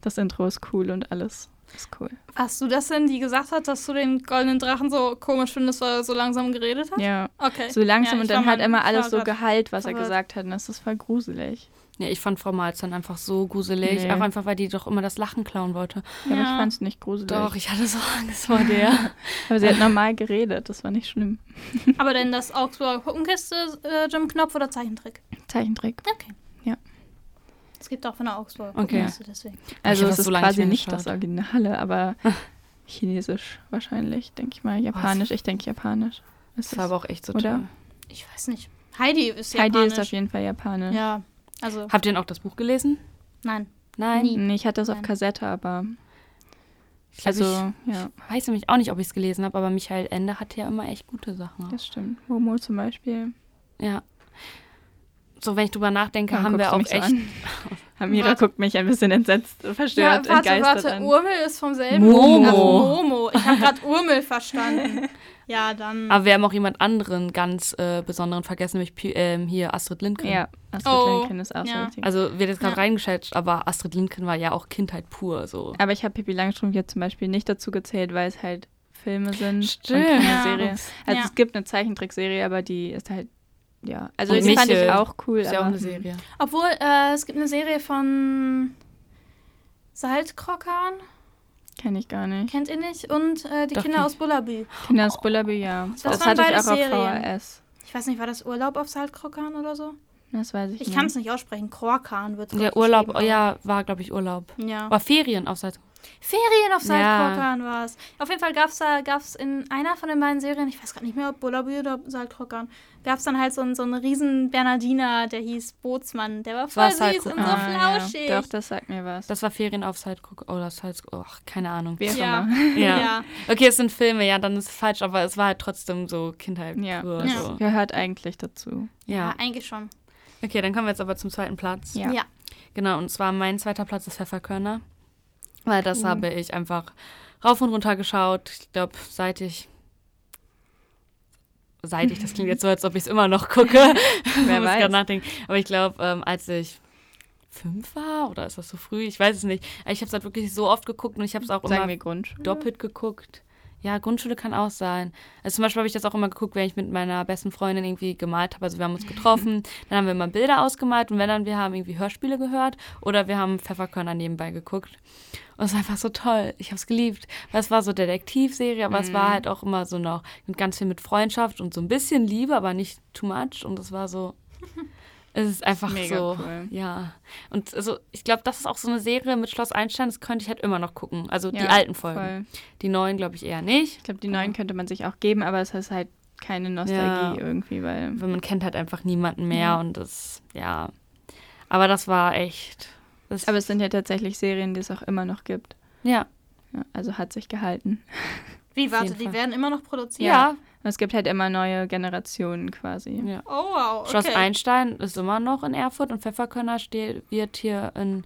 Speaker 2: das Intro ist cool und alles ist cool.
Speaker 1: Warst du das denn, die gesagt hat, dass du den goldenen Drachen so komisch findest, weil er so langsam geredet hat?
Speaker 2: Ja,
Speaker 1: Okay.
Speaker 2: so
Speaker 1: äh, Ja,
Speaker 2: langsam
Speaker 1: ich
Speaker 2: und
Speaker 1: war
Speaker 2: dann
Speaker 1: mal-
Speaker 2: hat immer
Speaker 1: ich war
Speaker 2: alles so
Speaker 1: grad-
Speaker 2: geheilt, was er
Speaker 1: verwirrt.
Speaker 2: gesagt hat und das ist voll gruselig.
Speaker 3: Ja, ich fand Frau Malz dann einfach so gruselig.
Speaker 2: Nee.
Speaker 3: Auch einfach, weil die doch immer das Lachen klauen wollte.
Speaker 2: Aber ich
Speaker 1: Ja.
Speaker 2: fand es nicht gruselig.
Speaker 3: Doch, ich hatte so Angst vor der.
Speaker 2: Aber sie hat normal geredet, das war nicht schlimm.
Speaker 1: Aber denn das Augsburger Puppenkiste, äh, Jim Knopf oder Zeichentrick?
Speaker 2: Zeichentrick.
Speaker 1: Okay.
Speaker 2: Ja.
Speaker 1: Es gibt auch von der Augsburger
Speaker 3: Okay.
Speaker 1: Puppenkiste, deswegen.
Speaker 2: Also
Speaker 3: hab
Speaker 2: es
Speaker 3: das
Speaker 2: ist
Speaker 3: so lange nicht
Speaker 2: quasi
Speaker 3: mehr
Speaker 2: nicht
Speaker 3: geschaut.
Speaker 2: das Originale, aber chinesisch wahrscheinlich, denke ich mal. Japanisch, ich denke japanisch. Ist
Speaker 3: Das war aber auch echt so
Speaker 2: Oder?
Speaker 3: toll.
Speaker 1: Ich weiß nicht. Heidi ist
Speaker 2: Heidi
Speaker 1: japanisch.
Speaker 2: ist auf jeden Fall japanisch.
Speaker 1: Ja, also
Speaker 3: Habt ihr denn auch das Buch gelesen?
Speaker 1: nein.
Speaker 3: Nein.
Speaker 1: Nie.
Speaker 2: Nee, ich hatte das auf
Speaker 1: Nein.
Speaker 2: Kassette, aber
Speaker 3: Ich glaub,
Speaker 2: also ja,
Speaker 3: ich weiß nämlich auch nicht, ob ich es gelesen habe, aber Michael Ende hatte ja immer echt gute Sachen.
Speaker 2: das stimmt. Momo zum Beispiel.
Speaker 3: Ja. So, wenn ich drüber nachdenke,
Speaker 2: Warum
Speaker 3: haben wir auch
Speaker 2: guckst du mich
Speaker 3: echt.
Speaker 2: so an? Amira
Speaker 1: Warte.
Speaker 2: guckt mich ein bisschen entsetzt, verstört,
Speaker 1: ja, warte,
Speaker 2: entgeistert
Speaker 1: warte.
Speaker 2: an.
Speaker 1: Urmel ist vom selben.
Speaker 3: Momo.
Speaker 1: Ach, Momo. Ich habe gerade Urmel verstanden. Ja, dann.
Speaker 3: Aber wir haben auch jemand anderen ganz äh, besonderen vergessen, nämlich Pi ähm, hier Astrid Lindgren.
Speaker 2: Ja, Astrid
Speaker 1: Oh,
Speaker 2: Lindgren ist auch so
Speaker 1: ja.
Speaker 2: richtig.
Speaker 3: Also wird jetzt gerade
Speaker 1: Ja.
Speaker 3: reingeschätzt, aber Astrid Lindgren war ja auch Kindheit pur. So.
Speaker 2: aber ich habe Pippi Langstrumpf jetzt zum Beispiel nicht dazu gezählt, weil es halt Filme sind
Speaker 3: Stimmt.
Speaker 2: und keine
Speaker 1: Ja.
Speaker 2: Serie. Also
Speaker 1: Ja.
Speaker 2: es gibt eine Zeichentrickserie, aber die ist halt, ja. Also
Speaker 3: Und
Speaker 2: die fand ich
Speaker 3: Michel.
Speaker 2: auch cool.
Speaker 3: Ist ja auch
Speaker 2: aber,
Speaker 3: eine Serie.
Speaker 1: Obwohl, äh, es gibt eine Serie von Saltkrokan,
Speaker 2: Kenne ich gar nicht.
Speaker 1: kennt ihr nicht? Und äh, die
Speaker 3: Doch
Speaker 1: Kinder
Speaker 3: nicht.
Speaker 1: aus Bullaby.
Speaker 2: Kinder aus Bullaby, ja. Das,
Speaker 1: waren
Speaker 2: hatte ich
Speaker 1: beide
Speaker 2: auch
Speaker 1: Serien.
Speaker 2: auf VHS.
Speaker 1: Ich weiß nicht, war das Urlaub auf Saltkrokan oder so?
Speaker 2: Das weiß ich,
Speaker 1: Ich
Speaker 2: nicht.
Speaker 1: kann es nicht aussprechen. Krokan wird
Speaker 3: Der Urlaub, oh ja, war, glaube ich, Urlaub.
Speaker 1: Ja.
Speaker 3: War Ferien auf Seite.
Speaker 1: Ferien auf
Speaker 3: Ja.
Speaker 1: Saltkrokan war es. Auf jeden Fall gab es da, gab's in einer von den beiden Serien, ich weiß gar nicht mehr, ob Bullaby oder Saltkrokan, gab es dann halt so einen, so einen riesen Bernardiner, der hieß Bootsmann. Der war voll
Speaker 3: War
Speaker 1: süß und
Speaker 3: Saltkrokan.
Speaker 1: so flauschig.
Speaker 2: Ah, Ja. Doch, das sagt mir was.
Speaker 3: Das war Ferien auf Salzkrug oder Salz, ach, keine Ahnung.
Speaker 2: Wie auch
Speaker 1: Ja.
Speaker 2: immer.
Speaker 3: Ja.
Speaker 1: Ja.
Speaker 3: Okay, es sind Filme, ja, dann ist es falsch, aber es war halt trotzdem so Kindheit
Speaker 2: Ja,
Speaker 3: pur.
Speaker 2: das
Speaker 3: So.
Speaker 2: gehört eigentlich dazu.
Speaker 1: ja,
Speaker 3: ja.
Speaker 1: eigentlich schon.
Speaker 3: Okay, dann kommen wir jetzt aber zum zweiten Platz.
Speaker 2: Ja.
Speaker 1: ja.
Speaker 3: Genau, und zwar mein zweiter Platz ist Pfefferkörner. Weil
Speaker 2: Mhm.
Speaker 3: das habe ich einfach rauf und runter geschaut. Ich glaube, seit ich. Seit ich, das klingt jetzt so, als ob ich es immer noch gucke. Ich muss
Speaker 2: weiß.
Speaker 3: grad nachdenken. Aber ich glaube, ähm, als ich fünf war oder ist das so früh? Ich weiß es nicht. Ich habe es halt wirklich so oft geguckt und ich habe es auch
Speaker 2: Sagen
Speaker 3: immer
Speaker 2: wir Grundschule.
Speaker 3: doppelt geguckt. Ja, Grundschule kann auch sein. Also zum Beispiel habe ich das auch immer geguckt, wenn ich mit meiner besten Freundin irgendwie gemalt habe. Also wir haben uns getroffen, dann haben wir immer Bilder ausgemalt und wenn dann, wir haben irgendwie Hörspiele gehört oder wir haben Pfefferkörner nebenbei geguckt. Und es war einfach so toll. Ich habe es geliebt. Weil es war so Detektivserie, aber es war
Speaker 2: Mhm.
Speaker 3: halt auch immer so noch mit ganz viel mit Freundschaft und so ein bisschen Liebe, aber nicht too much. Und es war so, es ist einfach
Speaker 2: Mega
Speaker 3: so,
Speaker 2: cool.
Speaker 3: ja. Und also ich glaube, das ist auch so eine Serie mit Schloss Einstein, das könnte ich halt immer noch gucken. Also die
Speaker 2: Ja,
Speaker 3: alten Folgen. Genau.
Speaker 2: voll.
Speaker 3: Die neuen glaube ich eher nicht.
Speaker 2: Ich glaube, die neuen könnte man sich auch geben, aber es ist halt keine Nostalgie
Speaker 3: Ja.
Speaker 2: irgendwie, weil
Speaker 3: Weil man kennt halt einfach niemanden mehr und das, ja. Aber das war echt. Das,
Speaker 2: Aber es sind ja tatsächlich Serien, die es auch immer noch gibt.
Speaker 3: ja.
Speaker 2: Ja, also hat sich gehalten.
Speaker 1: Wie, warte,
Speaker 3: jeden
Speaker 1: die
Speaker 3: Fall.
Speaker 1: werden immer noch produziert?
Speaker 3: Ja.
Speaker 2: Und es gibt halt immer neue Generationen quasi.
Speaker 3: ja.
Speaker 1: Oh, wow, okay.
Speaker 3: Schloss Einstein ist immer noch in Erfurt und Pfefferkörner steht, wird hier in, im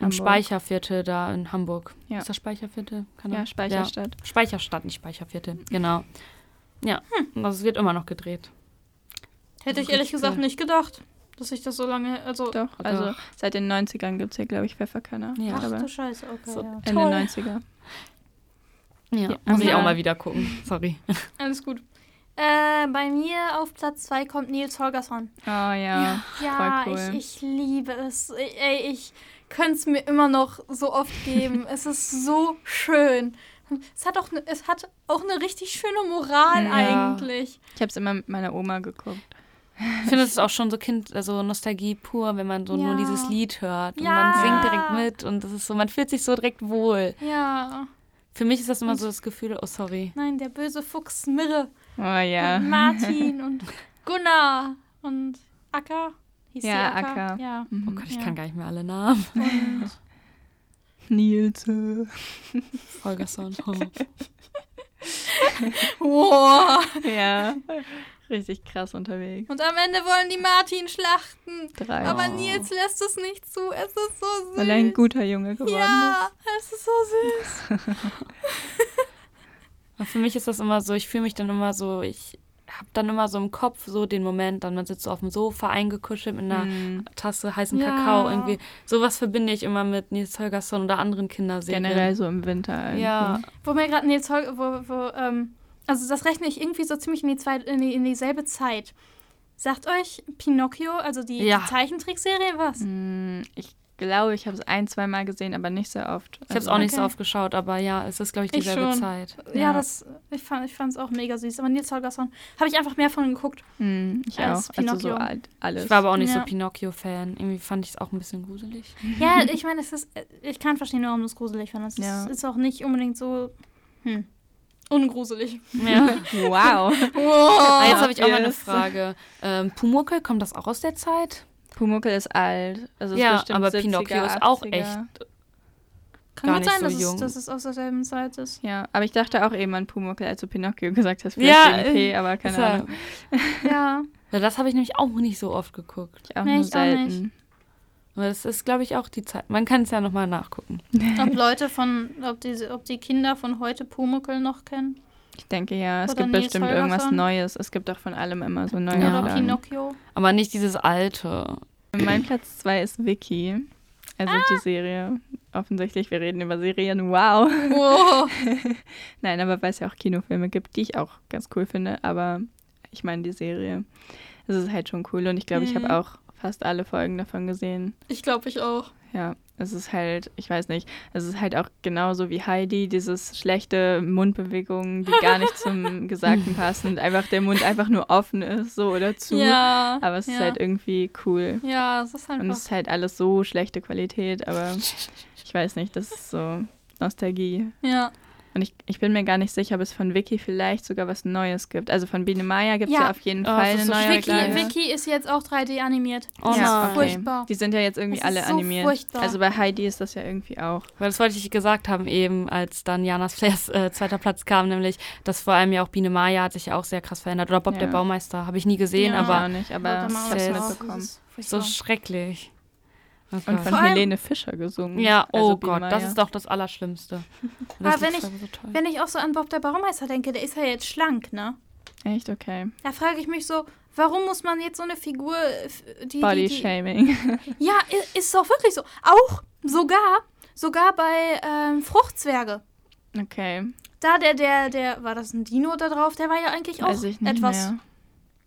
Speaker 2: Hamburg.
Speaker 3: Speicherviertel da in Hamburg.
Speaker 2: Ja.
Speaker 3: Ist das Speicherviertel? Kann
Speaker 2: Ja,
Speaker 3: das-
Speaker 2: Speicherstadt.
Speaker 3: genau. Ja. Speicherstadt, nicht Speicherviertel. Genau. Ja, und
Speaker 2: Hm.
Speaker 3: das wird immer noch gedreht.
Speaker 1: Hätte ich ehrlich gesagt nicht gedacht, dass ich das so lange. Also,
Speaker 2: Doch, also seit den 90ern gibt es hier, glaube ich, Pfefferkörner.
Speaker 3: Ja.
Speaker 1: ach
Speaker 2: Aber
Speaker 1: du Scheiße, okay.
Speaker 3: So.
Speaker 1: Ja.
Speaker 2: Ende
Speaker 3: toll.
Speaker 2: 90er.
Speaker 3: Ja,
Speaker 2: Ja,
Speaker 3: muss ich
Speaker 1: ja.
Speaker 3: auch mal wieder gucken. Sorry.
Speaker 1: Alles gut. Äh, bei mir auf Platz 2 kommt Nils Holgersson.
Speaker 2: Oh ja,
Speaker 1: Ja,
Speaker 2: voll cool.
Speaker 1: ich, ich liebe es. Ich, ey, ich könnte es mir immer noch so oft geben. es ist so schön. Es hat auch, ne, es hat auch eine richtig schöne Moral
Speaker 2: Ja.
Speaker 1: eigentlich.
Speaker 2: Ich habe es immer mit meiner Oma geguckt.
Speaker 3: Ich finde, es ist auch schon so Kind, also Nostalgie pur, wenn man so
Speaker 1: Ja.
Speaker 3: nur dieses Lied hört und
Speaker 1: Ja.
Speaker 3: man singt direkt mit und das ist so, man fühlt sich so direkt wohl.
Speaker 1: Ja.
Speaker 3: Für mich ist das immer so das Gefühl, oh sorry.
Speaker 1: Nein, der böse Fuchs Mirre
Speaker 2: Oh ja.
Speaker 1: und Martin und Gunnar und Acker. Hieß die
Speaker 2: Ja,
Speaker 1: Acker.
Speaker 2: Acker.
Speaker 1: Ja.
Speaker 3: Oh Gott, ich
Speaker 1: Ja.
Speaker 3: kann gar nicht mehr alle Namen.
Speaker 1: Und
Speaker 2: Nils.
Speaker 3: Holgersson.
Speaker 1: Wow.
Speaker 2: Ja. Richtig krass unterwegs.
Speaker 1: Und am Ende wollen die Martin schlachten.
Speaker 2: Drei.
Speaker 1: Aber
Speaker 3: Oh.
Speaker 1: Nils lässt es nicht zu. Es ist so süß.
Speaker 2: Weil er ein guter Junge geworden
Speaker 1: ja, es ist so süß.
Speaker 3: Und Für mich ist das immer so, ich fühle mich dann immer so, ich habe dann immer so im Kopf so den Moment, dann man sitzt so auf dem Sofa eingekuschelt mit einer
Speaker 2: Mhm.
Speaker 3: Tasse heißen
Speaker 1: Ja.
Speaker 3: Kakao irgendwie. Sowas verbinde ich immer mit Nils Holgersson oder anderen
Speaker 2: ist.
Speaker 3: Kinderserien.
Speaker 2: Generell so im Winter. Irgendwie.
Speaker 3: Ja.
Speaker 1: Wo mir gerade Nils Holger, wo, wo, ähm, also das rechne ich irgendwie so ziemlich in, die zwei, in, die, in dieselbe Zeit. Sagt euch Pinocchio, also die,
Speaker 3: Ja.
Speaker 1: die Zeichentrickserie, was?
Speaker 2: Hm, Ich glaube, ich habe es ein, zwei Mal gesehen, aber nicht sehr oft.
Speaker 3: Ich
Speaker 2: Also
Speaker 3: habe es auch nicht so
Speaker 1: Okay.
Speaker 3: oft geschaut, aber ja, es ist, glaube ich,
Speaker 1: Ich
Speaker 3: dieselbe
Speaker 1: schon.
Speaker 3: Zeit.
Speaker 1: Ja,
Speaker 2: Ja.
Speaker 1: das, ich fand es auch mega süß. Aber Nils Holgersson habe ich einfach mehr von geguckt.
Speaker 2: Hm, ich
Speaker 1: Als
Speaker 2: auch. Also so
Speaker 1: Pinocchio.
Speaker 2: alt, alles.
Speaker 3: Ich war aber auch nicht
Speaker 1: Ja.
Speaker 3: so Pinocchio-Fan. Irgendwie fand ich es auch ein bisschen gruselig.
Speaker 1: Ja, ich meine, es ist, äh, ich kann verstehen, warum du es gruselig fandest.
Speaker 2: Ja.
Speaker 1: Es ist auch nicht unbedingt so, hm, ungruselig.
Speaker 3: Ja.
Speaker 2: wow.
Speaker 3: ah, jetzt habe ich auch mal eine
Speaker 2: Yes.
Speaker 3: Frage. Ähm, Pumuckl, kommt das auch aus der Zeit?
Speaker 2: Pumuckl ist alt. Also ist
Speaker 3: ja,
Speaker 2: bestimmt
Speaker 3: aber
Speaker 2: 70er,
Speaker 3: Pinocchio ist auch
Speaker 2: 80er.
Speaker 3: echt.
Speaker 1: Kann
Speaker 3: Gar
Speaker 1: gut
Speaker 3: nicht
Speaker 1: sein,
Speaker 3: so
Speaker 1: dass,
Speaker 3: jung.
Speaker 1: Es, dass es aus derselben Zeit ist.
Speaker 2: Ja, aber ich dachte auch eben an Pumuckl, als du Pinocchio gesagt hast.
Speaker 3: Ja,
Speaker 2: Vielleicht wegen P,
Speaker 3: äh,
Speaker 2: aber keine
Speaker 3: deshalb.
Speaker 2: Ahnung.
Speaker 1: Ja.
Speaker 3: Ja, das habe ich nämlich auch nicht so oft geguckt.
Speaker 2: Ich auch
Speaker 1: Nee,
Speaker 2: nur
Speaker 1: ich auch nicht.
Speaker 2: selten.
Speaker 3: Aber das ist, glaube ich, auch die Zeit. Man kann es ja nochmal nachgucken.
Speaker 1: Ob Leute von, ob die, ob die Kinder von heute Pumuckl noch kennen
Speaker 2: Ich denke ja, es
Speaker 1: Oder
Speaker 2: gibt
Speaker 1: Nils
Speaker 2: bestimmt irgendwas
Speaker 1: Holgersson.
Speaker 2: Neues. Es gibt auch von allem immer so neue
Speaker 3: Ja.
Speaker 1: oder
Speaker 2: Auflagen.
Speaker 1: Pinocchio.
Speaker 3: Aber nicht dieses alte.
Speaker 2: Mein Platz zwei ist Vicky. Also
Speaker 1: Ah.
Speaker 2: die Serie. Offensichtlich, wir reden über Serien. Wow.
Speaker 1: Wow.
Speaker 2: Nein, aber weil es ja auch Kinofilme gibt, die ich auch ganz cool finde. Aber ich meine die Serie. Es ist halt schon cool und ich glaube, ich
Speaker 1: Mhm.
Speaker 2: habe auch fast alle Folgen davon gesehen.
Speaker 1: Ich glaube, ich auch.
Speaker 2: Ja, es ist halt, ich weiß nicht, es ist halt auch genauso wie Heidi, dieses schlechte Mundbewegungen, die gar nicht zum Gesagten passen und einfach der Mund einfach nur offen ist, so oder zu.
Speaker 1: Ja.
Speaker 2: Aber es
Speaker 1: ja.
Speaker 2: ist halt irgendwie cool.
Speaker 1: Ja, es ist
Speaker 2: Und
Speaker 1: einfach.
Speaker 2: es ist halt alles so schlechte Qualität, aber ich weiß nicht, das ist so Nostalgie.
Speaker 1: ja.
Speaker 2: Und ich, ich bin mir gar nicht sicher, ob es von Vicky vielleicht sogar was Neues gibt. also von Biene Meier gibt es ja.
Speaker 1: Ah, Ja.
Speaker 2: auf jeden
Speaker 3: Oh,
Speaker 2: Fall
Speaker 3: es
Speaker 2: eine
Speaker 3: ist so
Speaker 2: neue
Speaker 1: Vicky,
Speaker 3: Auflage.
Speaker 1: Vicky ist jetzt auch 3D animiert.
Speaker 3: Oh
Speaker 1: das
Speaker 3: nein.
Speaker 1: ist furchtbar.
Speaker 2: Die sind ja jetzt irgendwie
Speaker 1: Es ist
Speaker 2: alle
Speaker 1: so
Speaker 2: animiert.
Speaker 1: furchtbar.
Speaker 2: Also bei Heidi ist das ja irgendwie auch.
Speaker 3: Weil das wollte ich gesagt haben, eben als dann Janas Flairs äh, zweiter Platz kam, nämlich, dass vor allem ja auch Biene Maya hat sich ja auch sehr krass verändert. Oder Bob
Speaker 2: Ja.
Speaker 3: der Baumeister, habe ich nie gesehen,
Speaker 1: Ja.
Speaker 3: aber
Speaker 2: auch nicht, aber
Speaker 1: Warte
Speaker 2: ich
Speaker 1: mal,
Speaker 2: habe
Speaker 1: was
Speaker 2: es
Speaker 3: hab's
Speaker 1: ist-
Speaker 2: mitbekommen.
Speaker 1: das ist
Speaker 3: so
Speaker 1: furchtbar.
Speaker 3: schrecklich. Oh
Speaker 2: Und
Speaker 3: Gott.
Speaker 2: von
Speaker 1: Vor allem-
Speaker 2: Helene Fischer gesungen.
Speaker 3: ja, oh
Speaker 2: Also Biene
Speaker 3: Gott, das
Speaker 2: Meier.
Speaker 3: ist doch das Allerschlimmste. Und
Speaker 1: Aber
Speaker 3: das
Speaker 1: wenn
Speaker 3: ist
Speaker 1: ich-
Speaker 3: aber so toll.
Speaker 1: Wenn ich auch so an Bob der Baumeister denke, der ist ja jetzt schlank, ne?
Speaker 2: Echt? Okay.
Speaker 1: Da frage ich mich so, warum muss man jetzt so eine Figur, äh, f- die.
Speaker 2: Body
Speaker 1: die, die,
Speaker 2: Shaming.
Speaker 1: Ja, i- ist doch wirklich so. Auch sogar, sogar bei ähm, Fruchtzwerge.
Speaker 2: Okay.
Speaker 1: Da der, der, der, war das ein Dino da drauf? Der war ja eigentlich auch
Speaker 2: Weiß ich nicht
Speaker 1: etwas.
Speaker 2: mehr.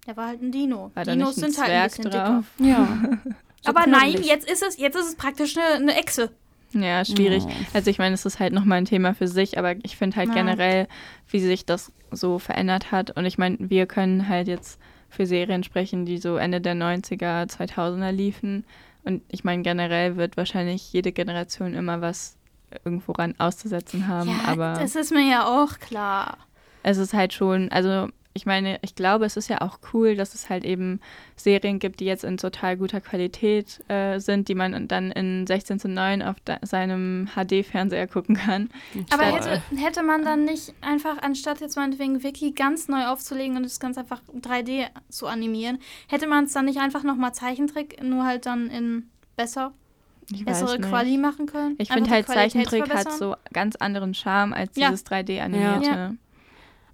Speaker 1: Der war halt ein Dino.
Speaker 2: War da
Speaker 1: Dinos
Speaker 2: nicht ein
Speaker 1: sind halt ein
Speaker 2: Zwerg
Speaker 1: bisschen dicker.
Speaker 2: drauf?
Speaker 3: Ja. So
Speaker 1: Aber nein,
Speaker 3: knuddelig.
Speaker 1: jetzt ist es, jetzt ist es praktisch eine, eine Echse.
Speaker 2: Ja, schwierig.
Speaker 3: Ja.
Speaker 2: Also ich meine, es ist halt nochmal ein Thema für sich, aber ich finde halt
Speaker 1: Ja.
Speaker 2: generell, wie sich das so verändert hat. Und ich meine, wir können halt jetzt für Serien sprechen, die so Ende der 90er, 2000er liefen. Und ich meine, generell wird wahrscheinlich jede Generation immer was irgendwo ran auszusetzen haben.
Speaker 1: ja,
Speaker 2: Ähm, aber
Speaker 1: das ist mir ja auch klar.
Speaker 2: es ist halt schon, also ich meine, ich glaube, es ist ja auch cool, dass es halt eben Serien gibt, die jetzt in total guter Qualität äh, sind, die man dann in 16 zu 9 auf de- seinem HD-Fernseher gucken kann.
Speaker 1: Aber
Speaker 3: Voll.
Speaker 1: hätte, hätte man dann nicht einfach, anstatt jetzt meinetwegen Wiki ganz neu aufzulegen und das Ganze einfach 3D zu animieren, hätte man es dann nicht einfach nochmal Zeichentrick, nur halt dann in besser,
Speaker 2: Ich weiß
Speaker 1: bessere
Speaker 2: nicht.
Speaker 1: Quali machen können?
Speaker 2: Ich
Speaker 1: Einfach
Speaker 2: finde
Speaker 1: die
Speaker 2: halt
Speaker 1: Qualität
Speaker 2: Zeichentrick hat
Speaker 1: verbessern?
Speaker 2: so ganz anderen Charme als
Speaker 1: Ja.
Speaker 2: dieses 3D-animierte.
Speaker 1: Ja.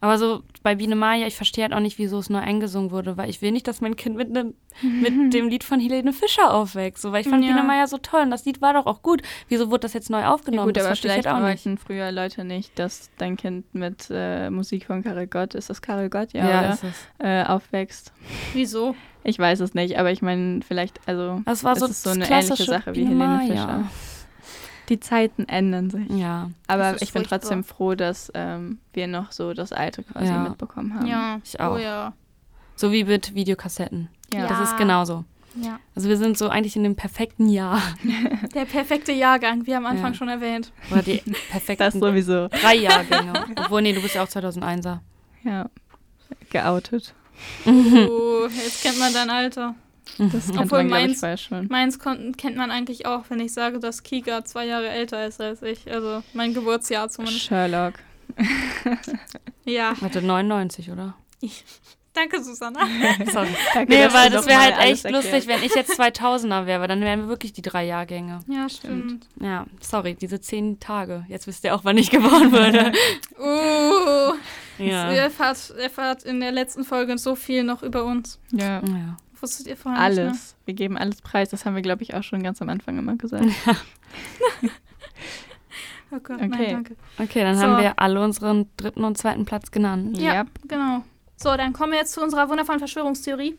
Speaker 3: Aber so bei Biene Maya, ich verstehe halt auch nicht, wieso es neu eingesungen wurde, weil ich will nicht, dass mein Kind mit, nem- mit dem Lied von Helene Fischer aufwächst. So, weil ich fand
Speaker 1: Ja.
Speaker 3: Biene Maya so toll und das Lied war doch auch gut. Wieso wurde das jetzt neu aufgenommen?
Speaker 2: Gut,
Speaker 3: das
Speaker 2: aber
Speaker 3: verstehe ich
Speaker 2: vielleicht
Speaker 3: halt auch nicht.
Speaker 2: wollten früher Leute nicht, dass dein Kind mit äh, Musik von Karel Gott, ist das Karel Gott? Ja, oder?
Speaker 3: ist es.
Speaker 2: Äh, aufwächst.
Speaker 1: Wieso?
Speaker 2: Ich weiß es nicht, aber ich meine, vielleicht, also,
Speaker 3: Das war
Speaker 2: es
Speaker 3: so,
Speaker 2: ist so
Speaker 3: das
Speaker 2: eine ähnliche
Speaker 3: klassische
Speaker 2: Sache wie
Speaker 3: Biene
Speaker 2: Helene
Speaker 3: Maya.
Speaker 2: Fischer. Die Zeiten ändern sich.
Speaker 3: Ja.
Speaker 2: Aber
Speaker 1: Das ist
Speaker 2: ich bin
Speaker 1: furchtbar.
Speaker 2: trotzdem froh, dass ähm, wir noch so das Alte quasi
Speaker 3: Ja.
Speaker 2: mitbekommen haben.
Speaker 1: Ja.
Speaker 3: Ich auch.
Speaker 1: Oh ja.
Speaker 3: So wie mit Videokassetten.
Speaker 2: Ja.
Speaker 3: Das
Speaker 1: Ja.
Speaker 3: ist genauso.
Speaker 1: ja.
Speaker 3: Also wir sind so eigentlich in dem perfekten Jahr.
Speaker 1: Der perfekte Jahrgang, wie am Anfang
Speaker 3: Ja.
Speaker 1: schon erwähnt.
Speaker 3: Oder die
Speaker 2: Das
Speaker 3: perfekten
Speaker 2: sowieso.
Speaker 3: drei Jahrgänge. Obwohl, nee, du bist ja auch 2001er.
Speaker 2: Ja. Geoutet.
Speaker 1: Oh, jetzt kennt man dein Alter.
Speaker 2: Das kennt
Speaker 1: Obwohl
Speaker 2: man, glaube ich,
Speaker 1: meins-
Speaker 2: vorher schon.
Speaker 1: Meins kon- kennt man eigentlich auch, wenn ich sage, dass Kika zwei Jahre älter ist als ich. Also mein Geburtsjahr zumindest.
Speaker 2: Sherlock.
Speaker 1: Ja.
Speaker 3: Warte, 99, oder?
Speaker 1: Danke, Susanna.
Speaker 3: Sorry.
Speaker 2: Danke,
Speaker 3: Nee,
Speaker 2: dass
Speaker 3: weil
Speaker 2: du
Speaker 3: das
Speaker 2: noch
Speaker 3: wäre
Speaker 2: mal
Speaker 3: halt
Speaker 2: alles
Speaker 3: echt lustig, wenn ich jetzt 2000er wäre, weil dann wären wir wirklich die drei Jahrgänge.
Speaker 1: Ja, stimmt.
Speaker 3: Ja, sorry, diese zehn Tage. Jetzt wisst ihr auch, wann ich geboren wurde.
Speaker 1: Uh,
Speaker 3: ja.
Speaker 1: erfahrt, erfahrt in der letzten Folge so viel noch über uns.
Speaker 2: Ja.
Speaker 3: ja.
Speaker 1: Wusstet ihr vorher nicht, ne?
Speaker 2: Alles. Wir geben alles preis. Das haben wir, glaube ich, auch schon ganz am Anfang immer gesagt.
Speaker 1: ne? Oh Gott,
Speaker 2: Okay.
Speaker 1: nein, danke.
Speaker 3: Okay, dann
Speaker 1: So.
Speaker 3: haben wir alle unseren dritten und zweiten Platz genannt.
Speaker 1: Ja.
Speaker 2: Yep.
Speaker 1: Genau. So, dann kommen wir jetzt zu unserer wundervollen Verschwörungstheorie.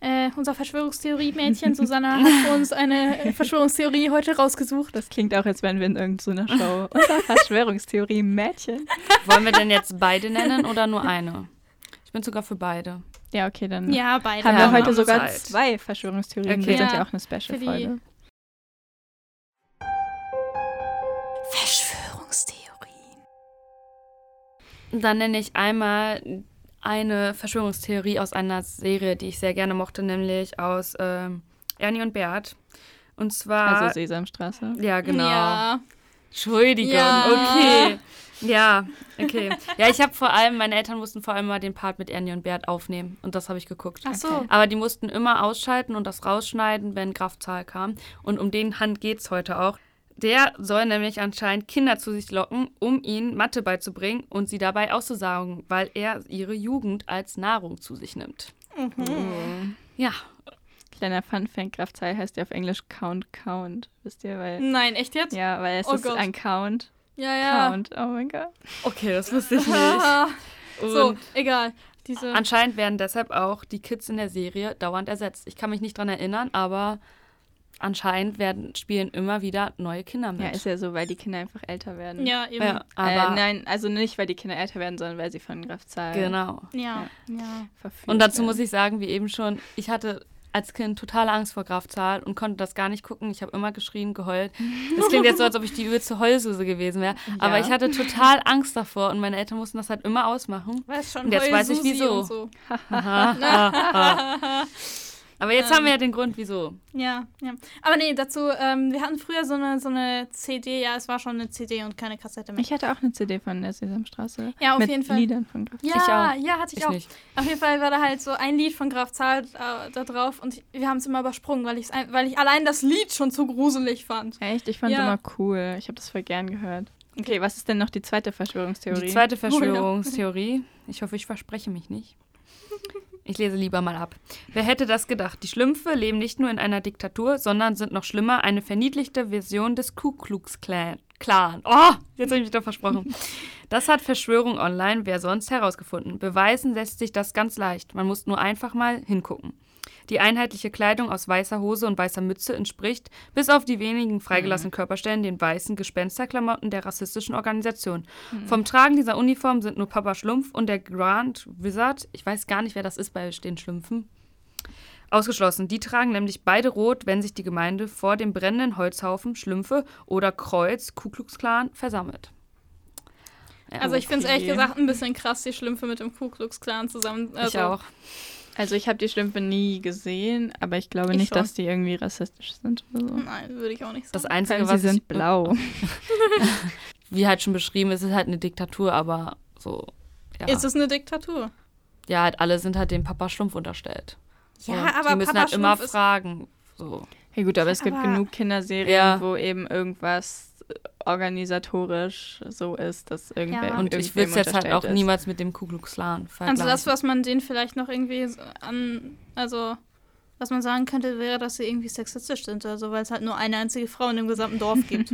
Speaker 1: Äh, unser Verschwörungstheorie-Mädchen Susanna hat uns eine äh, Verschwörungstheorie heute rausgesucht.
Speaker 2: Das klingt auch, als wären wir in irgendeiner Show. Unser Verschwörungstheorie Mädchen.
Speaker 3: Wollen wir denn jetzt beide nennen oder nur eine? Ich bin sogar für beide.
Speaker 2: Ja, okay, dann
Speaker 1: Ja, beide.
Speaker 2: haben
Speaker 3: Ja,
Speaker 2: wir heute
Speaker 3: haben
Speaker 2: sogar
Speaker 3: Zeit.
Speaker 2: zwei Verschwörungstheorien.
Speaker 3: Okay.
Speaker 2: Wir sind
Speaker 1: Ja.
Speaker 2: ja auch eine
Speaker 1: Für die-
Speaker 2: Special-Folge.
Speaker 1: Verschwörungstheorien.
Speaker 3: Dann nenne ich einmal eine Verschwörungstheorie aus einer Serie, die ich sehr gerne mochte, nämlich aus ähm, Ernie und Bert. Und zwar.
Speaker 2: Also Sesamstraße.
Speaker 3: ja, genau.
Speaker 1: Ja.
Speaker 3: Entschuldigung,
Speaker 1: Ja.
Speaker 3: okay. Ja, okay. Ja, ich habe vor allem, meine Eltern mussten vor allem mal den Part mit Ernie und Bert aufnehmen und das habe ich geguckt.
Speaker 1: Ach so.
Speaker 2: Okay.
Speaker 3: Aber die mussten immer ausschalten und das rausschneiden, wenn Graf Zahl kam. Und um den Hand geht's heute auch. Der soll nämlich anscheinend Kinder zu sich locken, um ihnen Mathe beizubringen und sie dabei auszusaugen, weil er ihre Jugend als Nahrung zu sich nimmt.
Speaker 1: Oh.
Speaker 3: Ja,
Speaker 2: Kleiner Funfact, Grafzahl heißt ja auf Englisch Count Count, wisst ihr, weil
Speaker 1: Nein, echt jetzt?
Speaker 2: ja, weil es
Speaker 1: Oh
Speaker 2: ist
Speaker 1: Gott.
Speaker 2: ein Count,
Speaker 1: Ja, ja.
Speaker 2: Count. Oh mein Gott.
Speaker 3: okay, das wusste ich
Speaker 1: Ah,
Speaker 3: Und
Speaker 1: so, egal. Diese
Speaker 3: Anscheinend werden deshalb auch die Kids in der Serie dauernd ersetzt. Ich kann mich nicht dran erinnern, aber anscheinend werden, spielen immer wieder neue Kinder mit.
Speaker 2: Ja, ist ja so, weil die Kinder einfach älter werden.
Speaker 1: ja, eben.
Speaker 3: Ja,
Speaker 2: äh,
Speaker 3: aber
Speaker 2: nein, also nicht, weil die Kinder älter werden, sondern weil sie von Grafzahl
Speaker 3: genau.
Speaker 1: Ja, ja.
Speaker 2: verführt
Speaker 3: Und dazu
Speaker 2: werden.
Speaker 3: muss ich sagen, wie eben schon, ich hatte als Kind totale Angst vor Graf Zahl und konnte das gar nicht gucken. Ich habe immer geschrien, geheult. Das klingt jetzt so, als ob ich die übelste Heulsuse gewesen wäre. Aber
Speaker 2: Ja.
Speaker 3: ich hatte total Angst davor und meine Eltern mussten das halt immer ausmachen.
Speaker 1: Weiß schon,
Speaker 3: Und jetzt
Speaker 1: Heul
Speaker 3: weiß ich,
Speaker 1: Susi
Speaker 3: wieso.
Speaker 1: und So.
Speaker 3: Aber jetzt
Speaker 1: Ähm.
Speaker 3: haben wir ja den Grund, wieso.
Speaker 1: Ja, ja. Aber nee, dazu, ähm, wir hatten früher so eine, so eine CD, ja, es war schon eine CD und keine Kassette mehr.
Speaker 2: Ich hatte auch eine CD von der Sesamstraße.
Speaker 1: Ja, auf
Speaker 2: mit
Speaker 1: jeden Fall.
Speaker 2: Liedern von Grafzahl.
Speaker 1: ja, ja, hatte ich,
Speaker 3: Ich
Speaker 1: auch.
Speaker 3: nicht.
Speaker 1: Auf jeden Fall war da halt so ein Lied von Graf Zahl äh, da, da drauf und ich, wir haben es immer übersprungen, weil, ich's ein, weil ich allein das Lied schon zu gruselig fand.
Speaker 2: Echt? Ich fand
Speaker 1: Ja.
Speaker 2: immer cool. Ich habe das voll gern gehört. Okay, was ist denn noch die zweite Verschwörungstheorie?
Speaker 3: Die zweite Verschwörungstheorie. Ich hoffe, ich verspreche mich nicht. Ich lese lieber mal ab. Wer hätte das gedacht? Die Schlümpfe leben nicht nur in einer Diktatur, sondern sind noch schlimmer eine verniedlichte Version des Ku Klux Klan. Clan. Oh, jetzt habe ich mich doch versprochen. Das hat Verschwörung Online wer sonst herausgefunden. Beweisen lässt sich das ganz leicht. Man muss nur einfach mal hingucken. Die einheitliche Kleidung aus weißer Hose und weißer Mütze entspricht, bis auf die wenigen freigelassenen Körperstellen, den weißen Gespensterklamotten der rassistischen Organisation. Vom Tragen dieser Uniform sind nur Papa Schlumpf und der Grand Wizard, ich weiß gar nicht, wer das ist bei den Schlümpfen, ausgeschlossen. Die tragen nämlich beide rot, wenn sich die Gemeinde vor dem brennenden Holzhaufen, Schlümpfe oder Kreuz, Ku Klux Klan, versammelt. Ja, oh,
Speaker 1: Also ich finde es
Speaker 3: okay.
Speaker 1: ehrlich gesagt ein bisschen krass, die Schlümpfe mit dem Ku Klux Klan zusammen. Also,
Speaker 3: ich auch.
Speaker 2: Also ich habe die Schlümpfe nie gesehen, aber ich glaube
Speaker 1: Ich
Speaker 2: nicht,
Speaker 1: schon.
Speaker 2: dass die irgendwie rassistisch sind oder so.
Speaker 1: Nein, würde ich auch nicht
Speaker 3: Das
Speaker 1: sagen.
Speaker 2: Vor
Speaker 3: Einzige,
Speaker 2: allem,
Speaker 3: was
Speaker 2: sie
Speaker 3: ich-
Speaker 2: sind blau.
Speaker 3: wie halt schon beschrieben, es ist halt eine Diktatur, aber so. Ja,
Speaker 1: Ist es eine Diktatur?
Speaker 3: ja halt alle sind halt dem Papa Schlumpf unterstellt.
Speaker 1: Ja,
Speaker 3: Und
Speaker 1: aber
Speaker 3: Die müssen
Speaker 1: Papa
Speaker 3: halt immer
Speaker 1: Schlumpf ist-
Speaker 3: fragen. So.
Speaker 2: Ja gut, aber es gibt
Speaker 1: Aber-
Speaker 2: genug Kinderserien,
Speaker 3: Ja.
Speaker 2: wo eben irgendwas organisatorisch so ist, dass irgendwer
Speaker 1: Ja.
Speaker 2: ja.
Speaker 3: Und ich will es jetzt halt auch niemals mit dem Ku Klux Klan vergleichen.
Speaker 1: Also das, was man denen vielleicht noch irgendwie so an, also was man sagen könnte, wäre, dass sie irgendwie sexistisch sind oder so, weil es halt nur eine einzige Frau in dem gesamten Dorf gibt.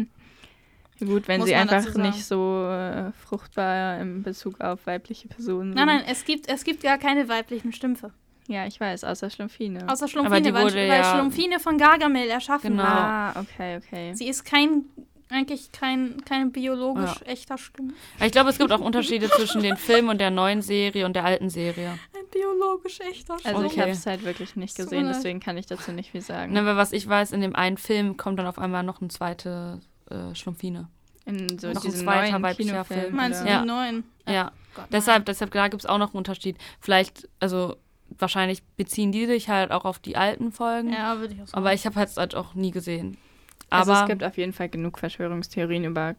Speaker 2: Gut, wenn
Speaker 1: muss
Speaker 2: sie
Speaker 1: man dazu
Speaker 2: einfach
Speaker 1: sagen.
Speaker 2: nicht so äh, fruchtbar im Bezug auf weibliche Personen
Speaker 1: nein, nein,
Speaker 2: sind.
Speaker 1: es gibt, es gibt gar keine weiblichen Stümpfe.
Speaker 2: Ja, ich weiß, außer Schlumpfine.
Speaker 1: Außer
Speaker 3: Aber die
Speaker 1: Schlumpfine, weil,
Speaker 3: wurde
Speaker 1: weil
Speaker 3: ja-
Speaker 1: Schlumpfine von Gargamel erschaffen
Speaker 3: Genau.
Speaker 1: war.
Speaker 2: ah, okay, okay.
Speaker 1: Sie ist kein, eigentlich kein, kein biologisch echter Stumpf.
Speaker 3: ich glaube, es gibt auch Unterschiede zwischen dem Film und der neuen Serie und der alten Serie.
Speaker 1: Ein biologisch echter Stumpf.
Speaker 2: Also ich
Speaker 3: Okay.
Speaker 2: habe es halt wirklich nicht
Speaker 1: Tut mir
Speaker 2: gesehen,
Speaker 1: leid.
Speaker 2: deswegen kann ich dazu nicht viel
Speaker 1: Mhm.
Speaker 2: sagen.
Speaker 3: Ne, weil was ich weiß, in dem einen Film kommt dann auf einmal noch eine zweite äh, Schlumpfine.
Speaker 2: In so
Speaker 3: Noch ein
Speaker 2: diesen
Speaker 3: zweiter
Speaker 2: neuen
Speaker 3: weiblicher
Speaker 2: Kinofilm.
Speaker 3: Film.
Speaker 1: Meinst du
Speaker 2: oder?
Speaker 3: Ja.
Speaker 1: die neuen?
Speaker 3: Ja.
Speaker 1: Gott,
Speaker 3: Deshalb, deshalb, da gibt es auch noch einen Unterschied. Vielleicht, also wahrscheinlich beziehen die sich halt auch auf die alten Folgen.
Speaker 1: nein. Ja, würde ich auch sagen.
Speaker 3: Aber ich habe es halt auch nie gesehen.
Speaker 2: Also
Speaker 3: Aber
Speaker 2: es gibt auf jeden Fall genug Verschwörungstheorien über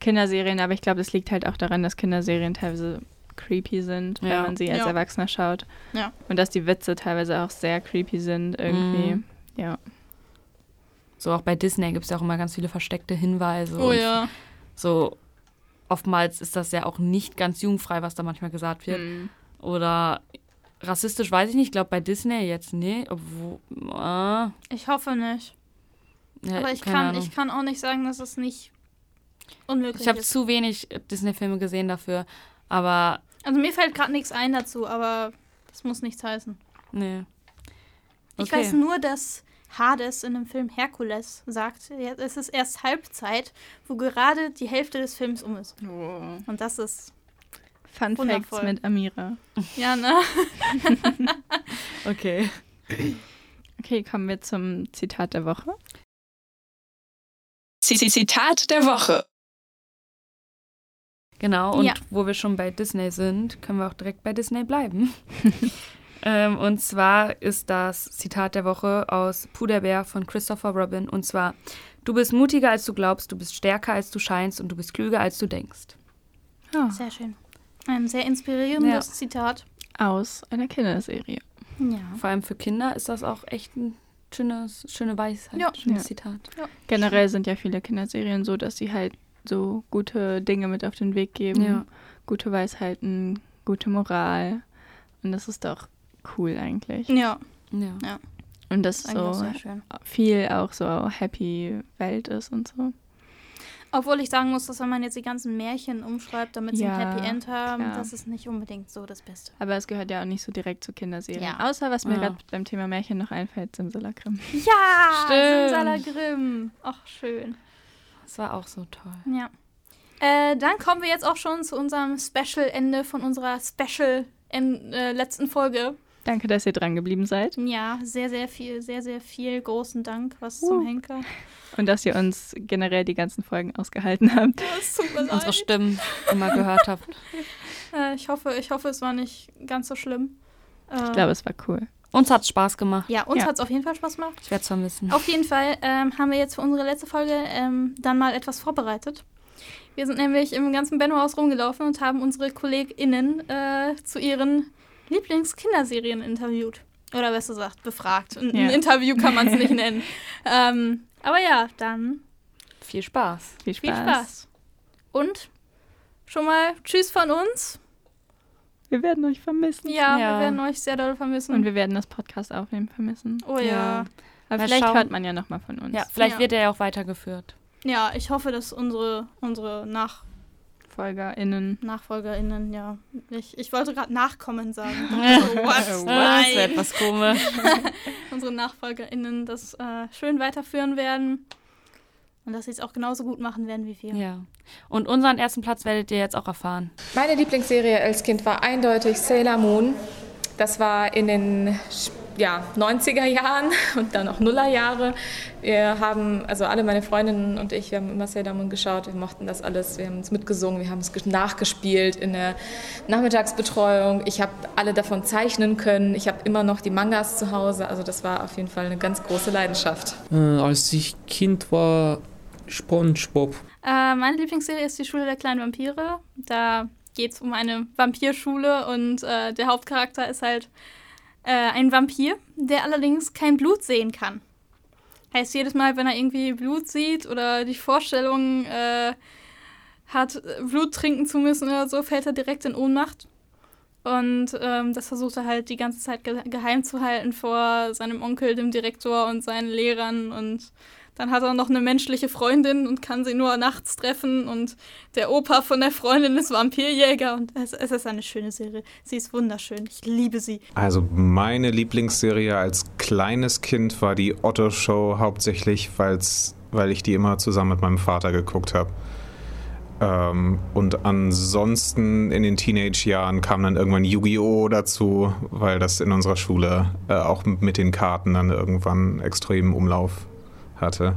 Speaker 2: Kinderserien, aber ich glaube, das liegt halt auch daran, dass Kinderserien teilweise creepy sind, wenn
Speaker 3: Ja.
Speaker 2: man sie als
Speaker 1: Ja.
Speaker 2: Erwachsener schaut.
Speaker 1: Ja.
Speaker 2: Und dass die Witze teilweise auch sehr creepy sind irgendwie.
Speaker 3: Mhm.
Speaker 2: Ja.
Speaker 3: so auch bei Disney gibt es ja auch immer ganz viele versteckte Hinweise.
Speaker 1: oh
Speaker 3: und
Speaker 1: ja.
Speaker 3: So oftmals ist das ja auch nicht ganz jugendfrei, was da manchmal gesagt wird.
Speaker 1: Hm.
Speaker 2: Mhm.
Speaker 3: Oder rassistisch weiß ich nicht. Ich glaube bei Disney jetzt, nee. Obwohl, äh, ja,
Speaker 1: Ich hoffe nicht. Aber ich
Speaker 3: keine
Speaker 1: kann,
Speaker 3: Ahnung.
Speaker 1: ich kann auch nicht sagen, dass es nicht unmöglich
Speaker 3: ich habe
Speaker 1: ist.
Speaker 3: zu wenig Disney-Filme gesehen dafür. Aber
Speaker 1: Also mir fällt gerade nichts ein dazu, aber das muss nichts heißen.
Speaker 3: nee.
Speaker 1: Ich weiß nur, dass Hades in dem Film Herkules sagt, ja, es ist erst Halbzeit, wo gerade die Hälfte des Films um ist. Und das ist,
Speaker 2: Fun
Speaker 1: Wundervoll.
Speaker 2: Facts mit Amira.
Speaker 1: ja, ne?
Speaker 3: Okay.
Speaker 2: Okay, kommen wir zum Zitat der Woche.
Speaker 4: Zitat der Woche.
Speaker 3: Genau, und
Speaker 1: Ja.
Speaker 3: wo wir schon bei Disney sind, können wir auch direkt bei Disney bleiben. ähm, und zwar ist das Zitat der Woche aus Puderbär von Christopher Robin. Und zwar, du bist mutiger, als du glaubst, du bist stärker, als du scheinst und du bist klüger, als du denkst.
Speaker 2: Ah,
Speaker 1: Sehr schön. Ein sehr inspirierendes Zitat.
Speaker 2: Aus einer Kinderserie.
Speaker 1: Ja.
Speaker 3: Vor allem für Kinder ist das auch echt ein schönes, schöne Weisheit,
Speaker 1: Ja.
Speaker 3: schönes
Speaker 2: Ja.
Speaker 3: Zitat.
Speaker 2: Generell sind ja viele Kinderserien so, dass sie halt so gute Dinge mit auf den Weg geben,
Speaker 3: Ja.
Speaker 2: gute Weisheiten, gute Moral. Und das ist doch cool eigentlich.
Speaker 1: Ja,
Speaker 3: Ja.
Speaker 2: Und dass
Speaker 1: ist eigentlich auch
Speaker 2: so
Speaker 1: sehr schön.
Speaker 2: viel auch so Happy Welt ist und so.
Speaker 1: Obwohl ich sagen muss, dass wenn man jetzt die ganzen Märchen umschreibt, damit sie
Speaker 2: Ja,
Speaker 1: ein Happy End haben,
Speaker 2: klar.
Speaker 1: das ist nicht unbedingt so das Beste.
Speaker 2: Aber es gehört ja auch nicht so direkt zu Kinderserien.
Speaker 1: Ja.
Speaker 2: Außer was mir
Speaker 3: Ja.
Speaker 2: gerade beim Thema Märchen noch einfällt, Simsalakrim.
Speaker 1: Ja,
Speaker 3: Stimmt.
Speaker 1: Salagrim. Ach, schön.
Speaker 3: Das war auch so toll.
Speaker 1: Ja. Äh, dann kommen wir jetzt auch schon zu unserem Special-Ende von unserer Special-letzten äh, letzten Folge.
Speaker 2: Danke, dass ihr dran geblieben seid
Speaker 1: Ja, sehr, sehr viel, sehr, sehr viel. Großen Dank, was zum
Speaker 2: Uh.
Speaker 1: Henker.
Speaker 2: und dass ihr uns generell die ganzen Folgen ausgehalten habt.
Speaker 1: Ja, Es tut mir
Speaker 3: Unsere
Speaker 1: leid.
Speaker 3: Stimmen immer gehört habt.
Speaker 1: Äh, ich, hoffe, ich hoffe, es war nicht ganz so schlimm. Äh,
Speaker 2: Ich glaube, es war cool.
Speaker 3: Uns hat's Spaß gemacht.
Speaker 1: Ja, uns
Speaker 2: Ja.
Speaker 1: hat es auf jeden Fall Spaß gemacht.
Speaker 3: Ich werde es vermissen.
Speaker 1: Auf jeden Fall ähm, haben wir jetzt für unsere letzte Folge ähm, dann mal etwas vorbereitet. Wir sind nämlich im ganzen Benno-Haus rumgelaufen und haben unsere KollegInnen äh, zu ihren Lieblingskinderserien interviewt. Oder besser gesagt, befragt. Ein, ein
Speaker 2: Ja.
Speaker 1: Interview kann man es nicht nennen. Ähm, aber ja, dann
Speaker 3: Viel Spaß.
Speaker 2: Viel Spaß.
Speaker 1: viel Spaß. Und schon mal Tschüss von uns.
Speaker 2: Wir werden euch vermissen.
Speaker 1: Ja,
Speaker 3: Ja.
Speaker 1: wir werden euch sehr doll vermissen.
Speaker 2: Und wir werden das Podcast aufnehmen vermissen.
Speaker 1: oh ja.
Speaker 3: Ja.
Speaker 2: Aber
Speaker 3: Mal
Speaker 2: vielleicht
Speaker 3: schauen.
Speaker 2: hört man ja nochmal von uns.
Speaker 3: Ja, vielleicht
Speaker 1: Ja.
Speaker 3: wird er ja auch weitergeführt.
Speaker 1: Ja, ich hoffe, dass unsere, unsere Nach
Speaker 2: FolgerInnen.
Speaker 1: NachfolgerInnen, ja. Ich, ich wollte gerade Nachkommen sagen. so,
Speaker 3: Äh,
Speaker 1: what?
Speaker 3: Das ist
Speaker 1: Nein.
Speaker 3: etwas komisch.
Speaker 1: Unsere NachfolgerInnen das äh, schön weiterführen werden. Und dass sie es auch genauso gut machen werden wie wir.
Speaker 3: ja. Und unseren ersten Platz werdet ihr jetzt auch erfahren.
Speaker 5: Meine Lieblingsserie als Kind war eindeutig Sailor Moon. Das war in den ja, 90er Jahren und dann auch Nuller Jahre. Wir haben, also alle meine Freundinnen und ich, wir haben immer Sailor Moon geschaut, wir mochten das alles, wir haben es mitgesungen, wir haben es ges- nachgespielt in der Nachmittagsbetreuung. Ich habe alle davon zeichnen können, ich habe immer noch die Mangas zu Hause, also das war auf jeden Fall eine ganz große Leidenschaft.
Speaker 6: Äh, als ich Kind war, SpongeBob.
Speaker 1: Äh, meine Lieblingsserie ist die Schule der kleinen Vampire. Da geht es um eine Vampirschule und äh, der Hauptcharakter ist halt äh, ein Vampir, der allerdings kein Blut sehen kann. Heißt, jedes Mal, wenn er irgendwie Blut sieht oder die Vorstellung äh, hat, äh, Blut trinken zu müssen oder so, fällt er direkt in Ohnmacht. Und ähm, das versucht er halt die ganze Zeit ge geheim zu halten vor seinem Onkel, dem Direktor und seinen Lehrern und dann hat er noch eine menschliche Freundin und kann sie nur nachts treffen. Und der Opa von der Freundin ist Vampirjäger. Und es, es ist eine schöne Serie. Sie ist wunderschön. Ich liebe sie.
Speaker 7: Also meine Lieblingsserie als kleines Kind war die Otto Show hauptsächlich, weil's, weil ich die immer zusammen mit meinem Vater geguckt habe. Ähm, und ansonsten in den Teenage-Jahren kam dann irgendwann Yu-Gi-Oh! dazu, weil das in unserer Schule äh, auch mit den Karten dann irgendwann extremen Umlauf hatte.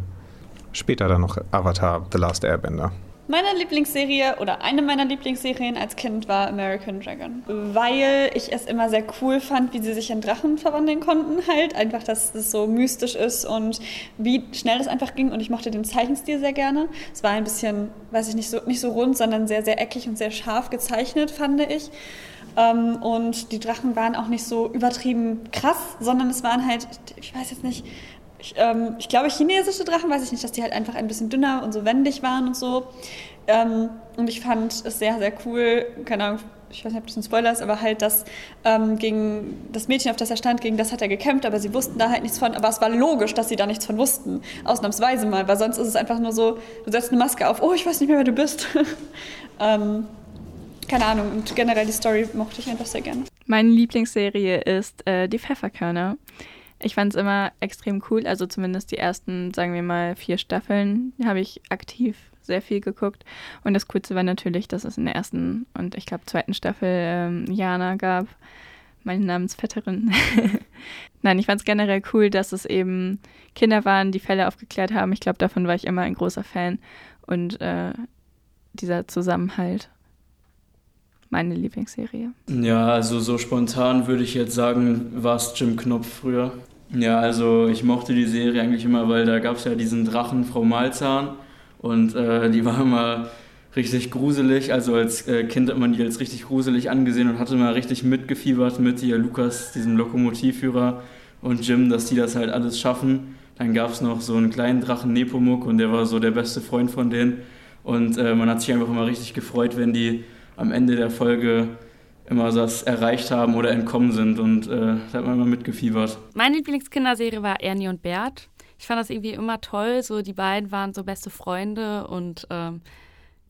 Speaker 7: Später dann noch Avatar The Last Airbender.
Speaker 8: Meine Lieblingsserie oder eine meiner Lieblingsserien als Kind war American Dragon, weil ich es immer sehr cool fand, wie sie sich in Drachen verwandeln konnten halt. Einfach, dass es so mystisch ist und wie schnell es einfach ging und ich mochte den Zeichenstil sehr gerne. Es war ein bisschen, weiß ich nicht, so, nicht so rund, sondern sehr, sehr eckig und sehr scharf gezeichnet, fand ich. Ähm, und die Drachen waren auch nicht so übertrieben krass, sondern es waren halt, ich weiß jetzt nicht, ich, ähm, ich glaube, chinesische Drachen, weiß ich nicht, dass die halt einfach ein bisschen dünner und so wendig waren und so. Ähm, und ich fand es sehr, sehr cool, keine Ahnung, ich weiß nicht, ob das ein Spoiler ist, aber halt, dass ähm, gegen das Mädchen, auf das er stand, gegen das hat er gekämpft, aber sie wussten da halt nichts von. Aber es war logisch, dass sie da nichts von wussten. Ausnahmsweise mal, weil sonst ist es einfach nur so, du setzt eine Maske auf, oh, ich weiß nicht mehr, wer du bist. ähm, keine Ahnung, und generell die Story mochte ich einfach sehr gerne.
Speaker 2: Meine Lieblingsserie ist äh, Die Pfefferkörner. Ich fand es immer extrem cool, also zumindest die ersten, sagen wir mal, vier Staffeln habe ich aktiv sehr viel geguckt. Und das Coolste war natürlich, dass es in der ersten und ich glaube zweiten Staffel ähm, Jana gab, meine Namensvetterin. Nein, ich fand es generell cool, dass es eben Kinder waren, die Fälle aufgeklärt haben. Ich glaube, davon war ich immer ein großer Fan. Und äh, dieser Zusammenhalt, meine Lieblingsserie.
Speaker 9: Ja, also so spontan würde ich jetzt sagen, war es Jim Knopf früher. Ja, also ich mochte die Serie eigentlich immer, weil da gab es ja diesen Drachen Frau Malzahn und äh, die war immer richtig gruselig. Also als äh, Kind hat man die als richtig gruselig angesehen und hatte immer richtig mitgefiebert mit ihr, Lukas, diesem Lokomotivführer und Jim, dass die das halt alles schaffen. Dann gab es noch so einen kleinen Drachen Nepomuk und der war so der beste Freund von denen. Und äh, man hat sich einfach immer richtig gefreut, wenn die am Ende der Folge immer das erreicht haben oder entkommen sind und äh, da hat man immer mitgefiebert.
Speaker 3: Meine Lieblingskinderserie war Ernie und Bert. Ich fand das irgendwie immer toll. So, die beiden waren so beste Freunde und ähm,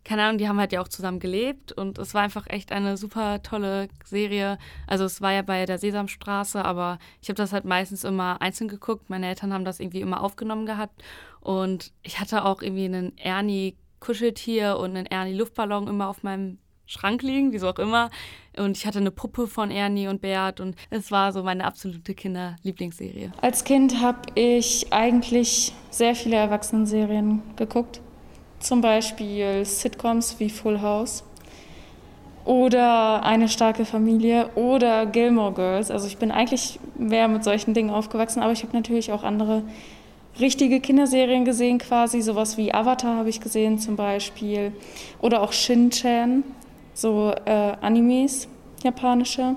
Speaker 3: keine Ahnung, die haben halt ja auch zusammen gelebt und es war einfach echt eine super tolle Serie. Also es war ja bei der Sesamstraße, aber ich habe das halt meistens immer einzeln geguckt. Meine Eltern haben das irgendwie immer aufgenommen gehabt und ich hatte auch irgendwie einen Ernie Kuscheltier und einen Ernie Luftballon immer auf meinem Schrank liegen, wieso auch immer. Und ich hatte eine Puppe von Ernie und Bert und es war so meine absolute Kinderlieblingsserie.
Speaker 10: Als Kind habe ich eigentlich sehr viele Erwachsenenserien geguckt. Zum Beispiel Sitcoms wie Full House oder Eine starke Familie oder Gilmore Girls. Also ich bin eigentlich mehr mit solchen Dingen aufgewachsen, aber ich habe natürlich auch andere richtige Kinderserien gesehen quasi. Sowas wie Avatar habe ich gesehen zum Beispiel oder auch Shin-Chan, so äh, Animes, japanische.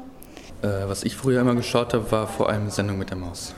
Speaker 11: Äh, was ich früher immer geschaut habe, war vor allem Sendung mit der Maus.